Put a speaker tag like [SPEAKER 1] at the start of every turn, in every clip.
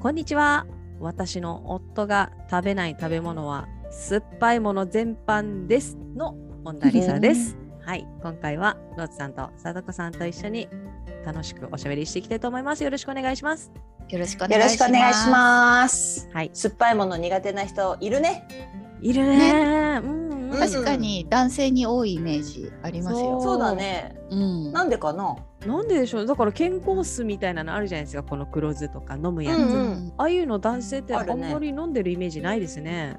[SPEAKER 1] こんにちは。私の夫が食べない食べ物は酸っぱいもの全般ですの本田理沙です。はい、今回はローズさんと貞子さんと一緒に楽しくおしゃべりしていきたいと思います。よろしくお願いします。
[SPEAKER 2] よろしくお
[SPEAKER 3] よろ
[SPEAKER 2] 願い
[SPEAKER 3] し
[SPEAKER 2] し
[SPEAKER 3] くお願い
[SPEAKER 2] ま。
[SPEAKER 3] します
[SPEAKER 1] はい、
[SPEAKER 3] 酸っぱいもの苦手な人いるね
[SPEAKER 1] いるねー。うん、うん
[SPEAKER 3] ます
[SPEAKER 2] 確かに男性に多いイメージありますよ。
[SPEAKER 3] そうだね
[SPEAKER 2] うん。
[SPEAKER 3] なんでかな
[SPEAKER 1] なんででしょう。だから健康酢みたいなのあるじゃないですか。この黒酢とか飲むやつ。
[SPEAKER 3] うん
[SPEAKER 1] ああいうの男性ってあ
[SPEAKER 3] あ
[SPEAKER 1] ん
[SPEAKER 3] るね
[SPEAKER 1] まり飲んでるイメージないですね。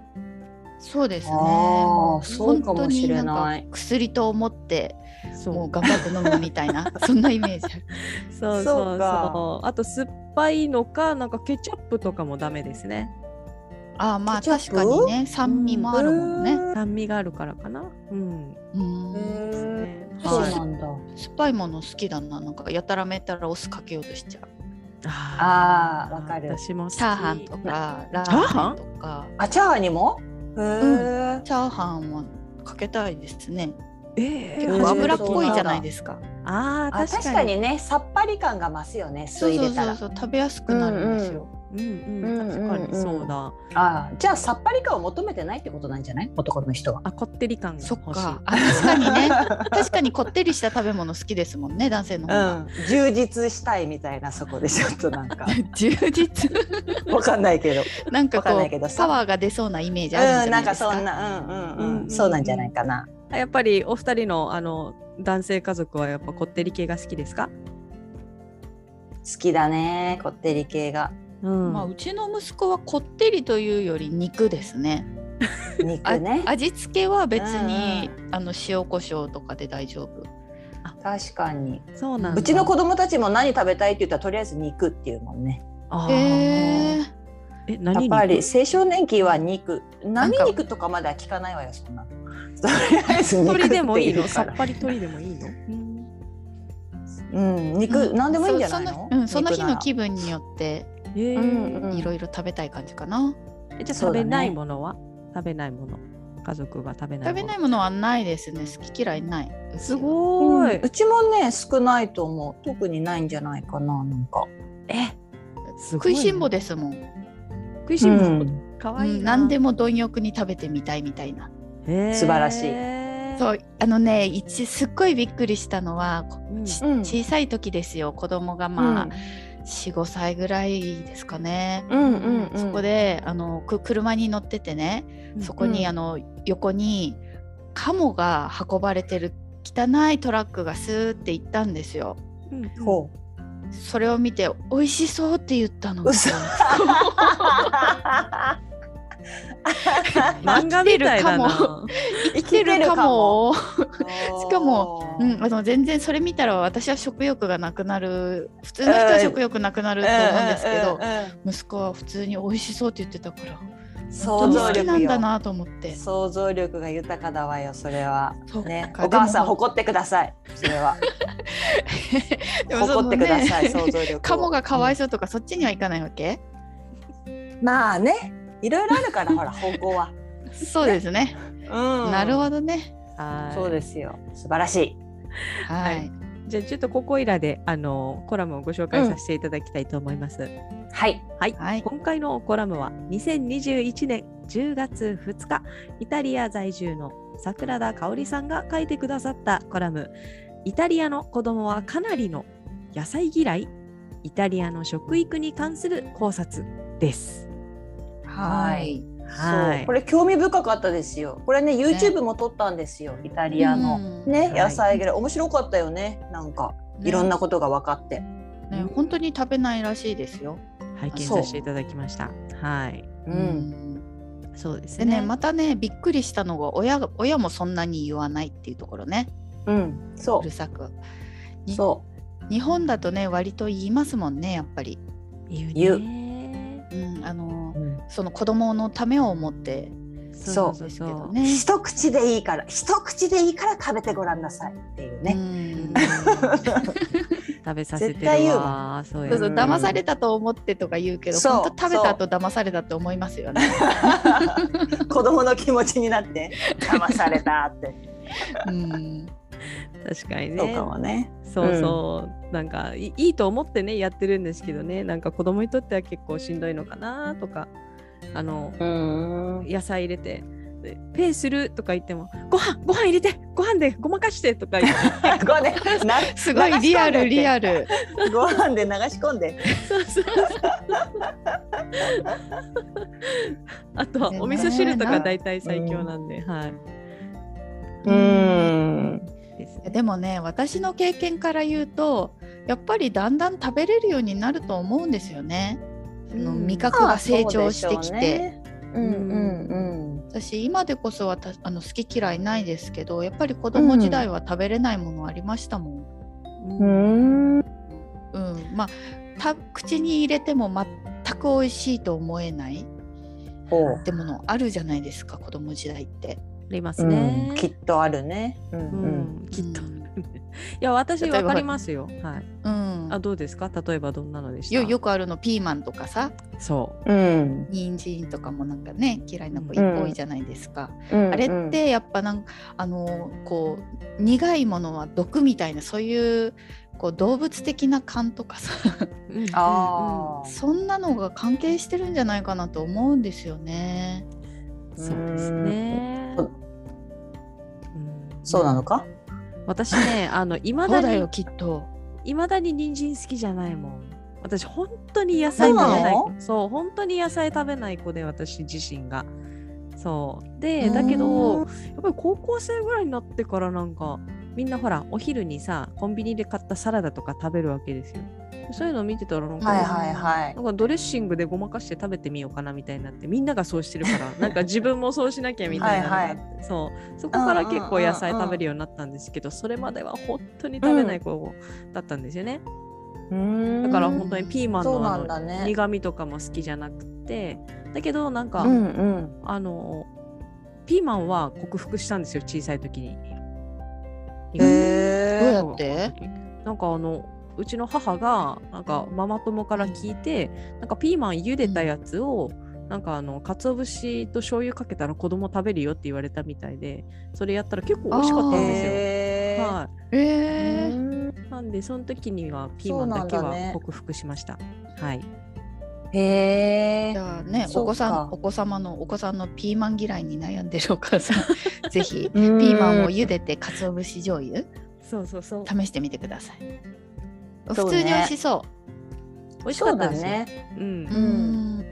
[SPEAKER 2] そうですね。
[SPEAKER 3] あーそうかもしれない
[SPEAKER 2] 本当にんか薬と思って
[SPEAKER 1] そう
[SPEAKER 2] もう頑張って飲むみたい なそんなイメージある。
[SPEAKER 1] そうそう
[SPEAKER 3] そ
[SPEAKER 1] そうう
[SPEAKER 3] か
[SPEAKER 1] あと酸っぱいのかなんかケチャップとかもダメですね
[SPEAKER 2] あーまあ
[SPEAKER 3] ケチャッ
[SPEAKER 2] 確
[SPEAKER 3] プ
[SPEAKER 2] かにね酸味もあるもんね。
[SPEAKER 1] 酸味があるからかなうん
[SPEAKER 2] うん。
[SPEAKER 1] です
[SPEAKER 3] へ
[SPEAKER 1] ね
[SPEAKER 3] ーそう
[SPEAKER 1] はい
[SPEAKER 3] なんだ
[SPEAKER 2] 酸っぱいもの好きだななんかやたらめったらお酢かけようとしちゃう。
[SPEAKER 1] あ
[SPEAKER 3] あーわかる
[SPEAKER 1] 私も好き
[SPEAKER 2] チャーハンとかラ
[SPEAKER 1] チャー
[SPEAKER 2] ー
[SPEAKER 1] ハ
[SPEAKER 2] メ
[SPEAKER 1] ン
[SPEAKER 2] ンとか
[SPEAKER 3] あチャーハンにもへー
[SPEAKER 2] チャーハンはかけたいですね。
[SPEAKER 1] ええ
[SPEAKER 3] 結
[SPEAKER 2] 結
[SPEAKER 3] 構
[SPEAKER 2] 構
[SPEAKER 1] 初め
[SPEAKER 2] 脂
[SPEAKER 1] て
[SPEAKER 2] っぽいじゃないですか。
[SPEAKER 1] あ
[SPEAKER 3] あ
[SPEAKER 1] ー
[SPEAKER 3] 確
[SPEAKER 1] 確
[SPEAKER 3] か
[SPEAKER 1] か
[SPEAKER 3] に
[SPEAKER 1] に
[SPEAKER 3] ねさっぱり感が増すよね酢
[SPEAKER 2] そう
[SPEAKER 3] 入
[SPEAKER 2] そ
[SPEAKER 3] れ
[SPEAKER 2] う
[SPEAKER 3] た
[SPEAKER 2] そ
[SPEAKER 3] ら
[SPEAKER 2] うそう食べやすくなるんです
[SPEAKER 1] う
[SPEAKER 2] よ。
[SPEAKER 1] ん
[SPEAKER 3] うん
[SPEAKER 1] う
[SPEAKER 3] うん
[SPEAKER 1] ん
[SPEAKER 3] うん
[SPEAKER 1] 確かにそうだ
[SPEAKER 3] あーじゃあさっぱり感を求めてないってことなんじゃない男の人は
[SPEAKER 1] あこってり感が
[SPEAKER 2] そ
[SPEAKER 1] 欲
[SPEAKER 2] っ
[SPEAKER 1] しい
[SPEAKER 2] か。あ確かにね。確かにこってりした食べ物好きですもんね男性の方が。
[SPEAKER 3] うん、充実したいみたいなそこでちょっとなんか
[SPEAKER 2] 充実
[SPEAKER 3] わかんないけど
[SPEAKER 2] なんか
[SPEAKER 3] わかん
[SPEAKER 2] こ
[SPEAKER 3] ないけど
[SPEAKER 2] う
[SPEAKER 3] さ
[SPEAKER 2] パワーが出そうなイメージあるん
[SPEAKER 3] うん
[SPEAKER 2] じゃなん
[SPEAKER 3] な
[SPEAKER 2] い
[SPEAKER 3] か
[SPEAKER 2] ですか。
[SPEAKER 3] そんなうんうんうん、
[SPEAKER 1] うんうん
[SPEAKER 3] そうなんじゃないかな
[SPEAKER 1] やっぱりお二人のあの男性家族はやっぱこってり系が好きですか
[SPEAKER 3] 好きだねこってり系が
[SPEAKER 1] うん
[SPEAKER 2] まあうちの息子はこってりというより肉ですね。あ
[SPEAKER 3] 肉ね
[SPEAKER 2] 味付けは別に、あの塩コショウとかで大丈夫。
[SPEAKER 3] 確かに
[SPEAKER 1] そうなんだ
[SPEAKER 3] うちの子供たちも何食べたいって言ったらとりあえず肉っていうもんね
[SPEAKER 1] あー
[SPEAKER 2] へえ。
[SPEAKER 1] え
[SPEAKER 3] や
[SPEAKER 1] 何
[SPEAKER 3] っ
[SPEAKER 1] に
[SPEAKER 3] ぱり青少年期は肉
[SPEAKER 2] ん
[SPEAKER 3] 何
[SPEAKER 2] か
[SPEAKER 3] 肉とかまでは聞かないわよ そんなのとりあえず肉
[SPEAKER 1] 鳥でもいい
[SPEAKER 3] って
[SPEAKER 1] の
[SPEAKER 3] 言う
[SPEAKER 1] さ
[SPEAKER 3] か
[SPEAKER 1] っ
[SPEAKER 3] ら
[SPEAKER 1] ぱり鳥でもいいの、
[SPEAKER 3] うん肉、
[SPEAKER 2] うん
[SPEAKER 3] 何でもいいんじゃない
[SPEAKER 2] そ
[SPEAKER 3] の
[SPEAKER 2] そのうんその日
[SPEAKER 3] 肉な
[SPEAKER 2] の
[SPEAKER 3] ら
[SPEAKER 2] 気分によって
[SPEAKER 1] えー
[SPEAKER 3] うんうん
[SPEAKER 2] いろいろ食べたい感じかな。
[SPEAKER 1] えじゃあ
[SPEAKER 3] そう
[SPEAKER 1] 食
[SPEAKER 3] だね
[SPEAKER 1] べないものは、食べないもの家族が食べないもの
[SPEAKER 2] 食べないものはないですね。好き嫌いない。
[SPEAKER 1] す
[SPEAKER 2] い。
[SPEAKER 1] ご
[SPEAKER 3] う
[SPEAKER 1] ーい、
[SPEAKER 3] んうちもね少ないと思う特にないんじゃないかななんか、
[SPEAKER 1] えすご
[SPEAKER 2] 食
[SPEAKER 1] い
[SPEAKER 2] い
[SPEAKER 1] ね
[SPEAKER 2] しん坊ですもん。
[SPEAKER 1] 食いしん坊、か
[SPEAKER 2] う
[SPEAKER 1] わいい
[SPEAKER 2] ん、
[SPEAKER 1] な、
[SPEAKER 2] 何でも貪欲に食べてみたいみたいな。
[SPEAKER 1] へー
[SPEAKER 3] 素晴らしい
[SPEAKER 2] そうあのね一すっごいびっくりしたのは、こ
[SPEAKER 1] うん
[SPEAKER 2] ち
[SPEAKER 3] うん
[SPEAKER 2] 小さい時ですよ子供がまあ、45歳ぐらいですかね。
[SPEAKER 3] うんうんうん
[SPEAKER 2] そこであのく車に乗っててね、
[SPEAKER 1] うん
[SPEAKER 2] そこに、
[SPEAKER 3] うん
[SPEAKER 2] あの横にカモが運ばれてる汚いトラックがスーって行ったんですよ。
[SPEAKER 1] うんうん
[SPEAKER 3] ほ
[SPEAKER 2] それを見て美味しそうって言ったの。
[SPEAKER 3] 嘘う
[SPEAKER 1] 漫画みたいだな
[SPEAKER 2] 生きてるカモを、しか
[SPEAKER 3] も
[SPEAKER 2] うん、あの全然それ見たら私は食欲がなくなる普通の人は食欲なくなると思うんですけど、息子は普通に美味しそうって言ってたから
[SPEAKER 3] 想
[SPEAKER 2] 本当に好き
[SPEAKER 3] 像
[SPEAKER 2] な
[SPEAKER 3] 力
[SPEAKER 2] んだ
[SPEAKER 3] よ
[SPEAKER 2] なと思って。
[SPEAKER 3] 想像力が豊かだわよそれは
[SPEAKER 2] そう
[SPEAKER 3] ね
[SPEAKER 2] か
[SPEAKER 3] お母さん
[SPEAKER 2] でも
[SPEAKER 3] 誇ってくださいそれは
[SPEAKER 2] でもその
[SPEAKER 3] 誇ってください
[SPEAKER 2] ね
[SPEAKER 3] 想像 力を
[SPEAKER 2] カモがかわいそうとかそっちにはいかないわけ
[SPEAKER 3] まあねいろいろあるか らほら方向は、
[SPEAKER 2] そうですね、
[SPEAKER 3] うん、
[SPEAKER 2] なるほどね
[SPEAKER 1] はい
[SPEAKER 3] そうですよ素晴らしい
[SPEAKER 2] はい、
[SPEAKER 1] はいじゃあちょっとここいらであのコラムをご紹介させていただきたいと思います、
[SPEAKER 3] はい
[SPEAKER 1] はい、
[SPEAKER 2] はい
[SPEAKER 1] 今回のコラムは2021年10月2日イタリア在住の桜田香織さんが書いてくださったコラム「イタリアの子供はかなりの野菜嫌いイタリアの食育に関する考察」です。
[SPEAKER 2] はい
[SPEAKER 1] は
[SPEAKER 3] そう
[SPEAKER 1] い
[SPEAKER 3] これ興味深かったですよこれね YouTube も撮ったんですよイタリアの、
[SPEAKER 2] うん
[SPEAKER 3] ね
[SPEAKER 1] はい
[SPEAKER 3] 野菜ぐらい面白かったよねなんかいろんなことが分かって、
[SPEAKER 2] ねね本当に食べないらしいですよ。
[SPEAKER 1] 拝見させていただきました。はい、
[SPEAKER 3] う
[SPEAKER 2] うんん
[SPEAKER 1] そうです
[SPEAKER 2] で
[SPEAKER 1] ね。
[SPEAKER 2] ねまたねびっくりしたのが親が親もそんなに言わないっていうところね
[SPEAKER 3] うん、そう
[SPEAKER 2] るさく
[SPEAKER 3] うそ
[SPEAKER 2] 日本だとね割と言いますもんねやっぱり、
[SPEAKER 1] 言う
[SPEAKER 3] 言う
[SPEAKER 1] ね
[SPEAKER 2] うん、あの
[SPEAKER 3] うん
[SPEAKER 2] その子供のためを思って
[SPEAKER 3] そう
[SPEAKER 2] ですけど
[SPEAKER 1] ね。
[SPEAKER 2] ね。
[SPEAKER 3] 一口でいいから一口でいいから食べてごらんなさいっていう
[SPEAKER 2] う
[SPEAKER 3] ね。
[SPEAKER 2] ん
[SPEAKER 1] 食べさせて
[SPEAKER 3] 絶対
[SPEAKER 1] る
[SPEAKER 3] 言う
[SPEAKER 1] わ。そう
[SPEAKER 2] そう
[SPEAKER 1] や
[SPEAKER 2] そう
[SPEAKER 3] うん
[SPEAKER 1] な。
[SPEAKER 2] 騙されたと思ってとか言うけど
[SPEAKER 3] そう
[SPEAKER 2] 本当食べた後騙されたって思いますよね。
[SPEAKER 3] 子供の気持ちになって騙されたって。
[SPEAKER 2] うん
[SPEAKER 1] 確かに
[SPEAKER 3] そう
[SPEAKER 1] ね
[SPEAKER 3] か。もね。
[SPEAKER 1] そうそう。なんかいいいと思ってねやってるんですけどね。なんか子供にとっては結構しんどいのかなとか、あの
[SPEAKER 3] うん。
[SPEAKER 1] 野菜入れて。でペイするとか言ってもご飯ご飯入れてご飯でごまかしてとか言って
[SPEAKER 3] ご飯で、な、
[SPEAKER 2] すごいリアルリアル。
[SPEAKER 3] ご飯で流し込んで。
[SPEAKER 1] そうそうそうあとはお味噌汁とか大体最強なんで、はい
[SPEAKER 3] うん。
[SPEAKER 1] ですね
[SPEAKER 2] でもね私の経験から言うとやっぱりだんだん食べれるようになると思うんですよね。その
[SPEAKER 1] うん
[SPEAKER 2] 味覚が成長してきて、
[SPEAKER 3] うんうん
[SPEAKER 2] 私今でこそはたあの好き嫌いないですけどやっぱり子供時代は食べれないものありましたもん。
[SPEAKER 3] うん。
[SPEAKER 2] う
[SPEAKER 3] うん。
[SPEAKER 2] んまあた口に入れても全く美味しいと思えないっ
[SPEAKER 3] ほう。
[SPEAKER 2] てものあるじゃないですか子供時代って。
[SPEAKER 1] ありますね、
[SPEAKER 3] うんきっとあるね。う
[SPEAKER 1] うん
[SPEAKER 3] ん
[SPEAKER 1] きっと、
[SPEAKER 2] うん
[SPEAKER 1] いや私
[SPEAKER 2] 例えば
[SPEAKER 1] わかりますよはい
[SPEAKER 2] うん、
[SPEAKER 1] あどうですか例えばどんなのでした
[SPEAKER 2] よよくあるのピーマンとかさ
[SPEAKER 1] そ
[SPEAKER 3] うん。うん。
[SPEAKER 2] 人参とかもなんかね嫌いな子い
[SPEAKER 3] うん
[SPEAKER 2] 多いじゃないですか。
[SPEAKER 3] うん
[SPEAKER 2] あれっ。てやっぱなんかあのこう苦いものは毒みたいなそういうこう動物的な感とかさ
[SPEAKER 1] う、うん
[SPEAKER 3] ああ。
[SPEAKER 2] そんなのが関係してるんじゃないかなと思うんですよね。
[SPEAKER 1] うんそうですね、
[SPEAKER 3] うんそうなのか。
[SPEAKER 1] 私 ねあのいま
[SPEAKER 2] そ
[SPEAKER 1] だ
[SPEAKER 2] うだよ
[SPEAKER 1] に
[SPEAKER 2] きっと。
[SPEAKER 1] いまだに人参好きじゃないもん私本当に野菜食べない
[SPEAKER 3] そうな
[SPEAKER 1] そう本当に野菜食べない子で私自身がそう
[SPEAKER 2] うー
[SPEAKER 1] で
[SPEAKER 2] ん
[SPEAKER 1] だけどやっぱり高校生ぐらいになってからなんかみんなほらお昼にさコンビニで買ったサラダとか食べるわけですよそういうのを見てたらなんか、
[SPEAKER 3] はいはいはい
[SPEAKER 1] な。んかドレッシングでごまかして食べてみようかなみたいになってみんながそうしてるから なんか自分もそうしなきゃみたいなのがあってそうそこから結構野菜食べるようになったんですけどそれまでは本当に食べない子だったんですよね、
[SPEAKER 3] うん
[SPEAKER 1] だから本当にピーマン
[SPEAKER 3] そう
[SPEAKER 1] の
[SPEAKER 3] な
[SPEAKER 1] あ
[SPEAKER 3] ん
[SPEAKER 1] の
[SPEAKER 3] だね。
[SPEAKER 1] 苦味とかも好きじゃなくてだけどなんか、
[SPEAKER 3] うんうん。
[SPEAKER 1] あのピーマンは克服したんですよ小さい時に。
[SPEAKER 3] へ
[SPEAKER 2] どう
[SPEAKER 3] え
[SPEAKER 2] や。って
[SPEAKER 1] なんかあのうちの母がなんかママ友から聞いて、なんかピーマン茹でたやつを、なんかあの鰹節と醤油かけたら子供食べるよって言われたみたいでそれやったら結構美味しかったんです
[SPEAKER 3] へ
[SPEAKER 1] よ。
[SPEAKER 3] ー
[SPEAKER 1] は
[SPEAKER 2] えー
[SPEAKER 1] い、なんでその時にはピーマンだけ
[SPEAKER 3] そうなんだ
[SPEAKER 1] は
[SPEAKER 3] ね
[SPEAKER 1] 克服しました。はい、
[SPEAKER 3] へ
[SPEAKER 2] じ
[SPEAKER 3] え。
[SPEAKER 2] ゃあね
[SPEAKER 3] そ
[SPEAKER 2] お
[SPEAKER 3] うか
[SPEAKER 2] 子さんお子様のお子さんのピーマン嫌いに悩んでるお母さんぜひ
[SPEAKER 3] ピ
[SPEAKER 2] ピーマンを
[SPEAKER 3] う
[SPEAKER 2] 茹でて鰹節醤油
[SPEAKER 1] そうそうそう
[SPEAKER 2] 試してみてください。普
[SPEAKER 3] そうね
[SPEAKER 2] 通に美味しそ
[SPEAKER 1] 美味し
[SPEAKER 3] そ
[SPEAKER 1] か
[SPEAKER 3] う
[SPEAKER 1] った
[SPEAKER 3] だ
[SPEAKER 1] ですよ。
[SPEAKER 3] ね。
[SPEAKER 1] うん
[SPEAKER 2] う。
[SPEAKER 3] ん
[SPEAKER 2] うん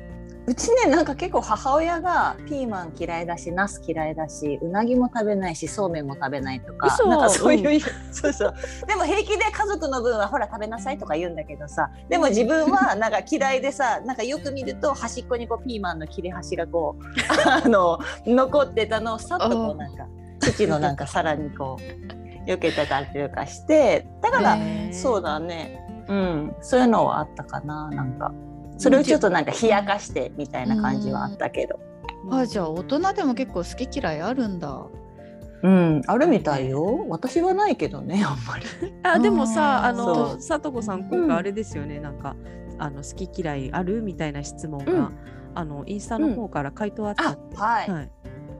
[SPEAKER 3] うちねなんか結構母親がピーマン嫌いだしナス嫌いだしうなぎも食べないしそうめんも食べないとか
[SPEAKER 1] 嘘
[SPEAKER 3] なんかそういう、そうそうでも平気で家族の分はほら食べなさいとか言うんだけどさでも自分はなんか嫌いでさなんかよく見ると端っこにこうピーマンの切れ端がこうあの残ってたのをさっとこうなんか父のなんか皿にこう避けてたりとかしてだから、
[SPEAKER 2] ね
[SPEAKER 3] そうだねうんそういうのはあったかななんか。それをちょっとなんか冷やかしてみたいな感じはあったけど。
[SPEAKER 2] あじゃあ大人でも結構好き嫌いあるんだ。
[SPEAKER 3] うん、あるみたいよ。私はないけどね、あんまり。
[SPEAKER 1] あでも
[SPEAKER 2] うん
[SPEAKER 1] さあ
[SPEAKER 3] そ
[SPEAKER 1] の
[SPEAKER 3] う
[SPEAKER 1] さとこさん今回あれですよね、なんかあの好き嫌いあるみたいな質問が、
[SPEAKER 3] うん
[SPEAKER 1] あのインスタの方から回答あったって、
[SPEAKER 3] あはい
[SPEAKER 1] はい、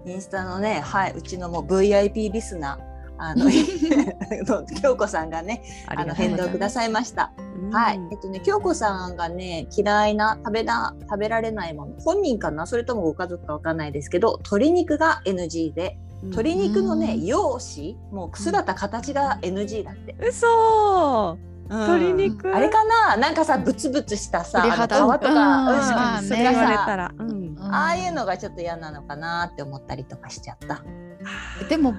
[SPEAKER 3] インスタのね、はい、うちのもう VIP リスナー。あ の、の京子さんがね、
[SPEAKER 1] あ
[SPEAKER 3] あ
[SPEAKER 1] りが
[SPEAKER 3] の
[SPEAKER 1] とう
[SPEAKER 3] 返
[SPEAKER 1] ござい
[SPEAKER 3] 答く
[SPEAKER 1] ま
[SPEAKER 3] だ
[SPEAKER 1] す
[SPEAKER 3] さいました。
[SPEAKER 1] うん
[SPEAKER 3] はい、えっとね、京子さんがね、嫌いな食べな食べられないもの、本人かな、それともご家族かわかんないですけど、鶏肉が NG で、
[SPEAKER 1] うん
[SPEAKER 3] 鶏肉の
[SPEAKER 2] う
[SPEAKER 3] ね、
[SPEAKER 2] ん
[SPEAKER 3] 容姿、もう姿形が NG だって。
[SPEAKER 1] 嘘
[SPEAKER 3] うん
[SPEAKER 1] 鶏肉
[SPEAKER 3] あれかな、なんかさ、ブツブツしたさ、あ
[SPEAKER 2] 鳥
[SPEAKER 3] の皮と
[SPEAKER 2] 肌う
[SPEAKER 3] か、
[SPEAKER 2] ん
[SPEAKER 3] うん
[SPEAKER 2] 確か
[SPEAKER 1] あそ
[SPEAKER 2] に
[SPEAKER 3] そ
[SPEAKER 1] れ
[SPEAKER 3] れ
[SPEAKER 1] 言
[SPEAKER 3] が
[SPEAKER 1] われ
[SPEAKER 3] さ
[SPEAKER 1] たら、うん、
[SPEAKER 3] ああいうのがちょっと嫌なのかなって思ったりとかしちゃった。
[SPEAKER 2] でも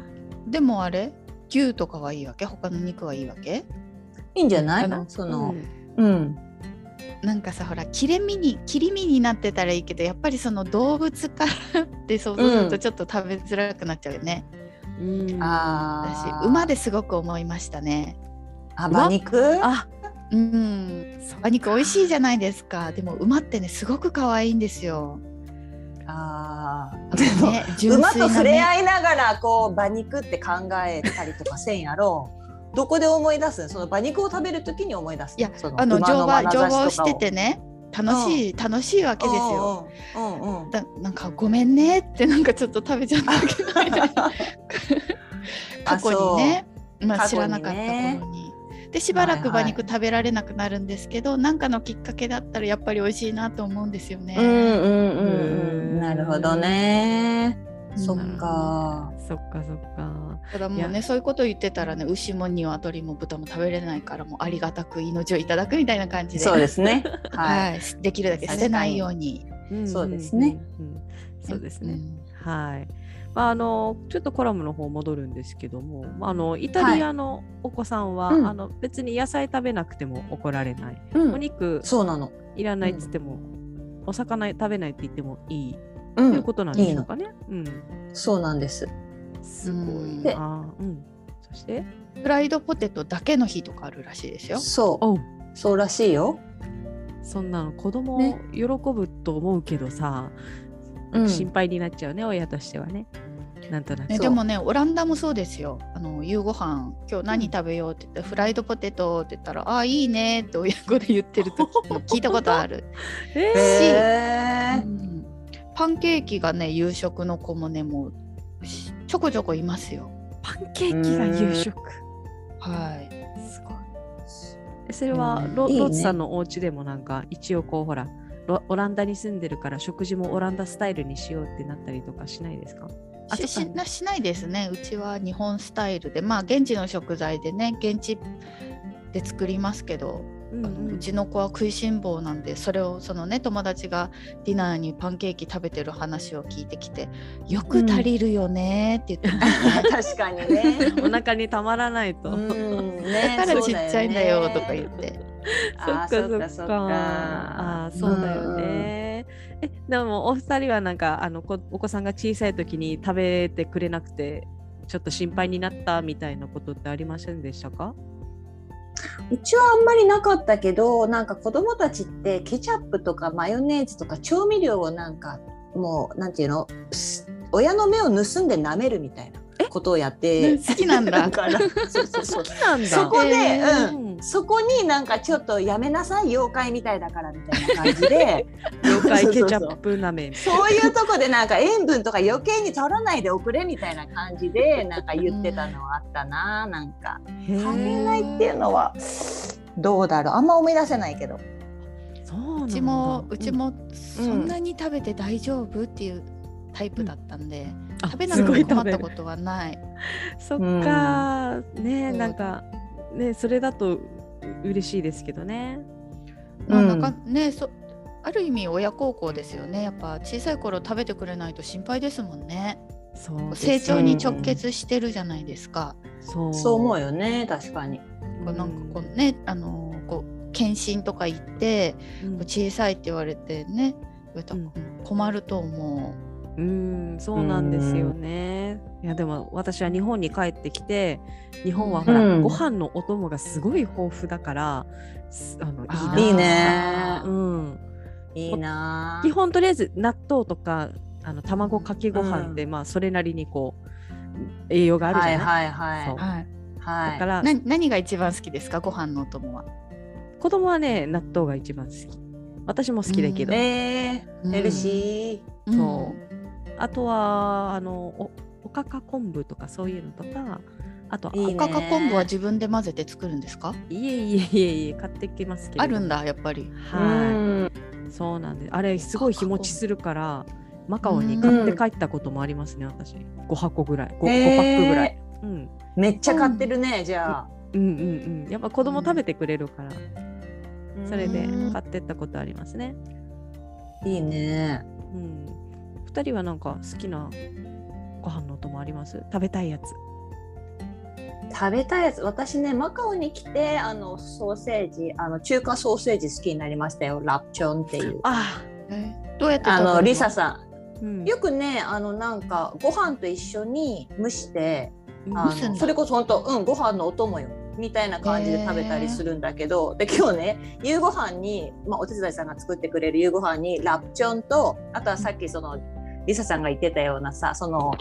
[SPEAKER 2] でもあれ牛とかはいいわけ他の肉はいいわけ
[SPEAKER 3] いいんじゃない
[SPEAKER 2] あの
[SPEAKER 3] そうの、
[SPEAKER 1] ん
[SPEAKER 3] うん、
[SPEAKER 2] なんかさほら切れ身に切り身になってたらいいけどやっぱりその動物から って想像する
[SPEAKER 3] う
[SPEAKER 2] と
[SPEAKER 3] ん
[SPEAKER 2] ちょっと食べづらくなっちゃうよね。
[SPEAKER 1] うん
[SPEAKER 3] あ
[SPEAKER 2] 私
[SPEAKER 3] あ
[SPEAKER 2] 馬ですごく思いましたね。
[SPEAKER 3] あ馬肉
[SPEAKER 1] あ、
[SPEAKER 2] うん、馬肉美味しいじゃないですか。でも馬ってねすごく可愛いんですよ。
[SPEAKER 3] あー
[SPEAKER 2] やっぱ
[SPEAKER 3] で
[SPEAKER 2] ね、純
[SPEAKER 3] も馬
[SPEAKER 2] 粋な
[SPEAKER 3] と
[SPEAKER 2] ね
[SPEAKER 3] 触れ合いながらこう馬肉って考えたりとかせんやろどこで思い出すんその馬肉を食べる時に思い出す
[SPEAKER 2] いや
[SPEAKER 3] そ
[SPEAKER 2] あの
[SPEAKER 3] 馬
[SPEAKER 2] 乗馬
[SPEAKER 3] 眼
[SPEAKER 2] 乗
[SPEAKER 3] 差
[SPEAKER 2] 馬を
[SPEAKER 3] と
[SPEAKER 2] し
[SPEAKER 3] か
[SPEAKER 2] ててね楽しい、楽しいわけですよ。
[SPEAKER 3] うんうん うんうん
[SPEAKER 2] だなんかごめんねってなんかちょっと食べちゃったけど過去にね、まあ、
[SPEAKER 3] 過
[SPEAKER 2] 知
[SPEAKER 3] 去にね
[SPEAKER 2] らなかった頃に。でしばらく馬肉食べられなくなるんですけど、なんかのきっかけだったらやっぱり美味しいなと思うんですよね。
[SPEAKER 3] うんうんうん
[SPEAKER 1] う
[SPEAKER 3] うんんなるほどねそっか
[SPEAKER 1] そっかそっか。
[SPEAKER 2] ただ
[SPEAKER 1] い
[SPEAKER 2] もう
[SPEAKER 1] や
[SPEAKER 2] ねそういうことを言ってたらね牛も鶏も豚も食べれないからもうありがたく命をいただくみたいな感じで
[SPEAKER 3] そうですね
[SPEAKER 2] は、
[SPEAKER 3] はい
[SPEAKER 2] できるだけ捨てないように。
[SPEAKER 1] ん
[SPEAKER 3] そうですね。
[SPEAKER 1] うんうんそうですね。
[SPEAKER 2] ん
[SPEAKER 1] はい。まあ、あのちょっとコラムの方戻るんですけども、まあ、あのイタリアのお子さんは、
[SPEAKER 3] うん
[SPEAKER 1] あの別に野菜食べなくても怒られない、
[SPEAKER 3] い、う
[SPEAKER 1] お
[SPEAKER 3] ん、
[SPEAKER 1] 肉
[SPEAKER 3] そうなの
[SPEAKER 1] いらないっつっても、お魚食べないって言ってもいい、
[SPEAKER 3] う
[SPEAKER 1] というんことなんでしょうかね。うん、
[SPEAKER 3] そうなんです
[SPEAKER 1] すごい
[SPEAKER 3] で
[SPEAKER 1] な。うん、そして、
[SPEAKER 2] フライドポテトだけの日とかあるらしいですよ。
[SPEAKER 3] そ
[SPEAKER 1] おう
[SPEAKER 3] うそうらしいよ、
[SPEAKER 1] そんなの子供
[SPEAKER 3] ね
[SPEAKER 1] 喜ぶと思うけどさ、
[SPEAKER 3] うん、
[SPEAKER 1] 心配になっちゃうね親としてはね。なんとなく。
[SPEAKER 2] ね、
[SPEAKER 3] そう
[SPEAKER 2] でもねオランダもそうですよあの夕ご飯今日何食べようって言って、フライドポテトって言ったら「ああいいね」って親子で言ってる時 も聞いたことある、
[SPEAKER 1] えー
[SPEAKER 3] へ
[SPEAKER 2] う
[SPEAKER 3] ー
[SPEAKER 2] んパンケーキがね夕食の子もねもうしちょこちょこいますよ
[SPEAKER 1] パンケーキが夕食。
[SPEAKER 2] はい
[SPEAKER 1] すごい。えそれは
[SPEAKER 2] うん
[SPEAKER 1] ロ,、
[SPEAKER 3] いいね
[SPEAKER 1] ロッツさんのお家でもなんか一応こうほらロオランダに住んでるから食事もオランダスタイルにしようってなったりとかしないですかあ
[SPEAKER 2] し
[SPEAKER 1] そっ
[SPEAKER 2] し
[SPEAKER 1] か
[SPEAKER 2] なしないですねうちは日本スタイルでまあ現地の食材でね現地で作りますけど
[SPEAKER 1] うん
[SPEAKER 2] あのうちの子は食いしん坊なんでそれをそのね友達がディナーにパンケーキ食べてる話を聞いてきて「よく足りるよね」って言ってました、
[SPEAKER 3] 確かにね
[SPEAKER 1] お腹にたまらないと。
[SPEAKER 3] うん
[SPEAKER 2] だ
[SPEAKER 3] ね
[SPEAKER 2] からちっちゃいんだよとか言っ
[SPEAKER 3] う。
[SPEAKER 2] て。
[SPEAKER 3] あーそっかそっか
[SPEAKER 1] あーそうだよね。えでもお二人はなんかあのこお子さんが小さい時に食べてくれなくてちょっと心配になったみたいなことってありませんでしたか
[SPEAKER 3] うちはあんまりなかったけどなんか子供たちってケチャップとかマヨネーズとか調味料をなんかもうなんていうのす親の目を盗んで舐めるみたいなことをやって
[SPEAKER 2] 好きなんだ
[SPEAKER 3] だからそうそうそう
[SPEAKER 1] なんだ
[SPEAKER 3] そこで、
[SPEAKER 2] えー
[SPEAKER 3] うん
[SPEAKER 1] うん
[SPEAKER 3] そこになんかちょっとやめなさい妖怪みたいだからみたいな感じで
[SPEAKER 1] 妖怪
[SPEAKER 3] そう
[SPEAKER 1] ケ
[SPEAKER 3] そうそう
[SPEAKER 1] チャップなめ
[SPEAKER 3] そういうとこでなんか塩分とか余計に取らないでおくれみたいな感じでなんか言ってたのはあったななんか。食べないっていうのはどうだろうあんま思い出せないけど
[SPEAKER 1] そうなんだ
[SPEAKER 2] うちもうち、
[SPEAKER 1] ん
[SPEAKER 2] もそんなに食べて大丈夫っていうタイプだったんで、
[SPEAKER 1] あ
[SPEAKER 2] 食べな
[SPEAKER 1] す
[SPEAKER 2] く
[SPEAKER 1] ご
[SPEAKER 2] て
[SPEAKER 1] い
[SPEAKER 2] 困
[SPEAKER 1] 食
[SPEAKER 2] っ
[SPEAKER 1] べ
[SPEAKER 2] た
[SPEAKER 1] る
[SPEAKER 2] ことはない。
[SPEAKER 1] そっか、ねえ
[SPEAKER 2] そう
[SPEAKER 1] なんかねそれだとう嬉しいですけどね。
[SPEAKER 2] まあ
[SPEAKER 3] うん
[SPEAKER 2] なんかねそある意味親孝行ですよねやっぱ小さい頃食べてくれないと心配ですもんね
[SPEAKER 1] そうです
[SPEAKER 2] 成長に直結してるじゃないですか、
[SPEAKER 1] そう
[SPEAKER 3] そう思うよね確かに
[SPEAKER 2] こうなんかこうね、あのーこう検診とか行ってこ
[SPEAKER 1] うん
[SPEAKER 2] う小さいって言われてね、言われたら
[SPEAKER 1] うん
[SPEAKER 2] 困ると思
[SPEAKER 1] うんそうなんですよね。いやでも私は日本に帰ってきて日本はほら、
[SPEAKER 3] うん
[SPEAKER 1] ご飯のお供がすごい豊富だからすあのいい
[SPEAKER 2] あ
[SPEAKER 1] な
[SPEAKER 2] ー
[SPEAKER 3] いいね
[SPEAKER 1] う、ん、
[SPEAKER 3] いいな
[SPEAKER 1] 基本とりあえず納豆とかあの卵かけご飯って、まあそれなりにこう栄養があるじゃ
[SPEAKER 3] は
[SPEAKER 1] ないい、
[SPEAKER 3] はいう
[SPEAKER 2] う、
[SPEAKER 3] は
[SPEAKER 2] はい、
[SPEAKER 3] いは
[SPEAKER 1] だ
[SPEAKER 3] い
[SPEAKER 1] から
[SPEAKER 2] な何が一番好きですかご飯のお供は
[SPEAKER 1] 子供はね納豆が一番好き私も好きだけど、
[SPEAKER 3] ね
[SPEAKER 2] うん
[SPEAKER 3] ヘルシ
[SPEAKER 2] う
[SPEAKER 1] そあとはあのおおかか昆布とかそういうのとかあと
[SPEAKER 3] いい
[SPEAKER 2] お
[SPEAKER 3] ね
[SPEAKER 2] かか昆布は自分で混ぜて作るんですか
[SPEAKER 1] いえいえいえいえ買ってきますけれど
[SPEAKER 2] あるんだやっぱり
[SPEAKER 3] ー、
[SPEAKER 1] はい
[SPEAKER 3] うん
[SPEAKER 1] いそうなんですあれすごい日持ちするからマカオに買って帰ったこともありますね私5箱ぐらい 5,
[SPEAKER 3] へー
[SPEAKER 1] パックぐらい、うん、
[SPEAKER 3] めっちゃ買ってるね、じゃあ、
[SPEAKER 1] うんうんうんやっぱ子供食べてくれるからそれで
[SPEAKER 2] うん
[SPEAKER 1] 買ってったことありますね
[SPEAKER 3] いいね
[SPEAKER 1] うん2人はなんか好きなご飯のお供あります食べたいやつ
[SPEAKER 3] 食べたいやつ私ねマカオに来てあのソーセージあの中華ソーセージ好きになりましたよラプチョンっていう
[SPEAKER 1] あ
[SPEAKER 2] えどうやって食べ
[SPEAKER 3] あ
[SPEAKER 2] る
[SPEAKER 3] のリサさ
[SPEAKER 1] うん
[SPEAKER 3] んよくねあのなんかご飯と一緒に蒸して
[SPEAKER 1] うん
[SPEAKER 3] あ
[SPEAKER 2] 蒸すん
[SPEAKER 3] の
[SPEAKER 2] だ
[SPEAKER 3] それこそ本当うんご飯のお供よみたいな感じで食べたりするんだけど、で今日ね夕ご飯にまあお手伝いさんが作ってくれる夕ご飯にラプチョンとあとはさっきそのリサさんが言ってたようなさその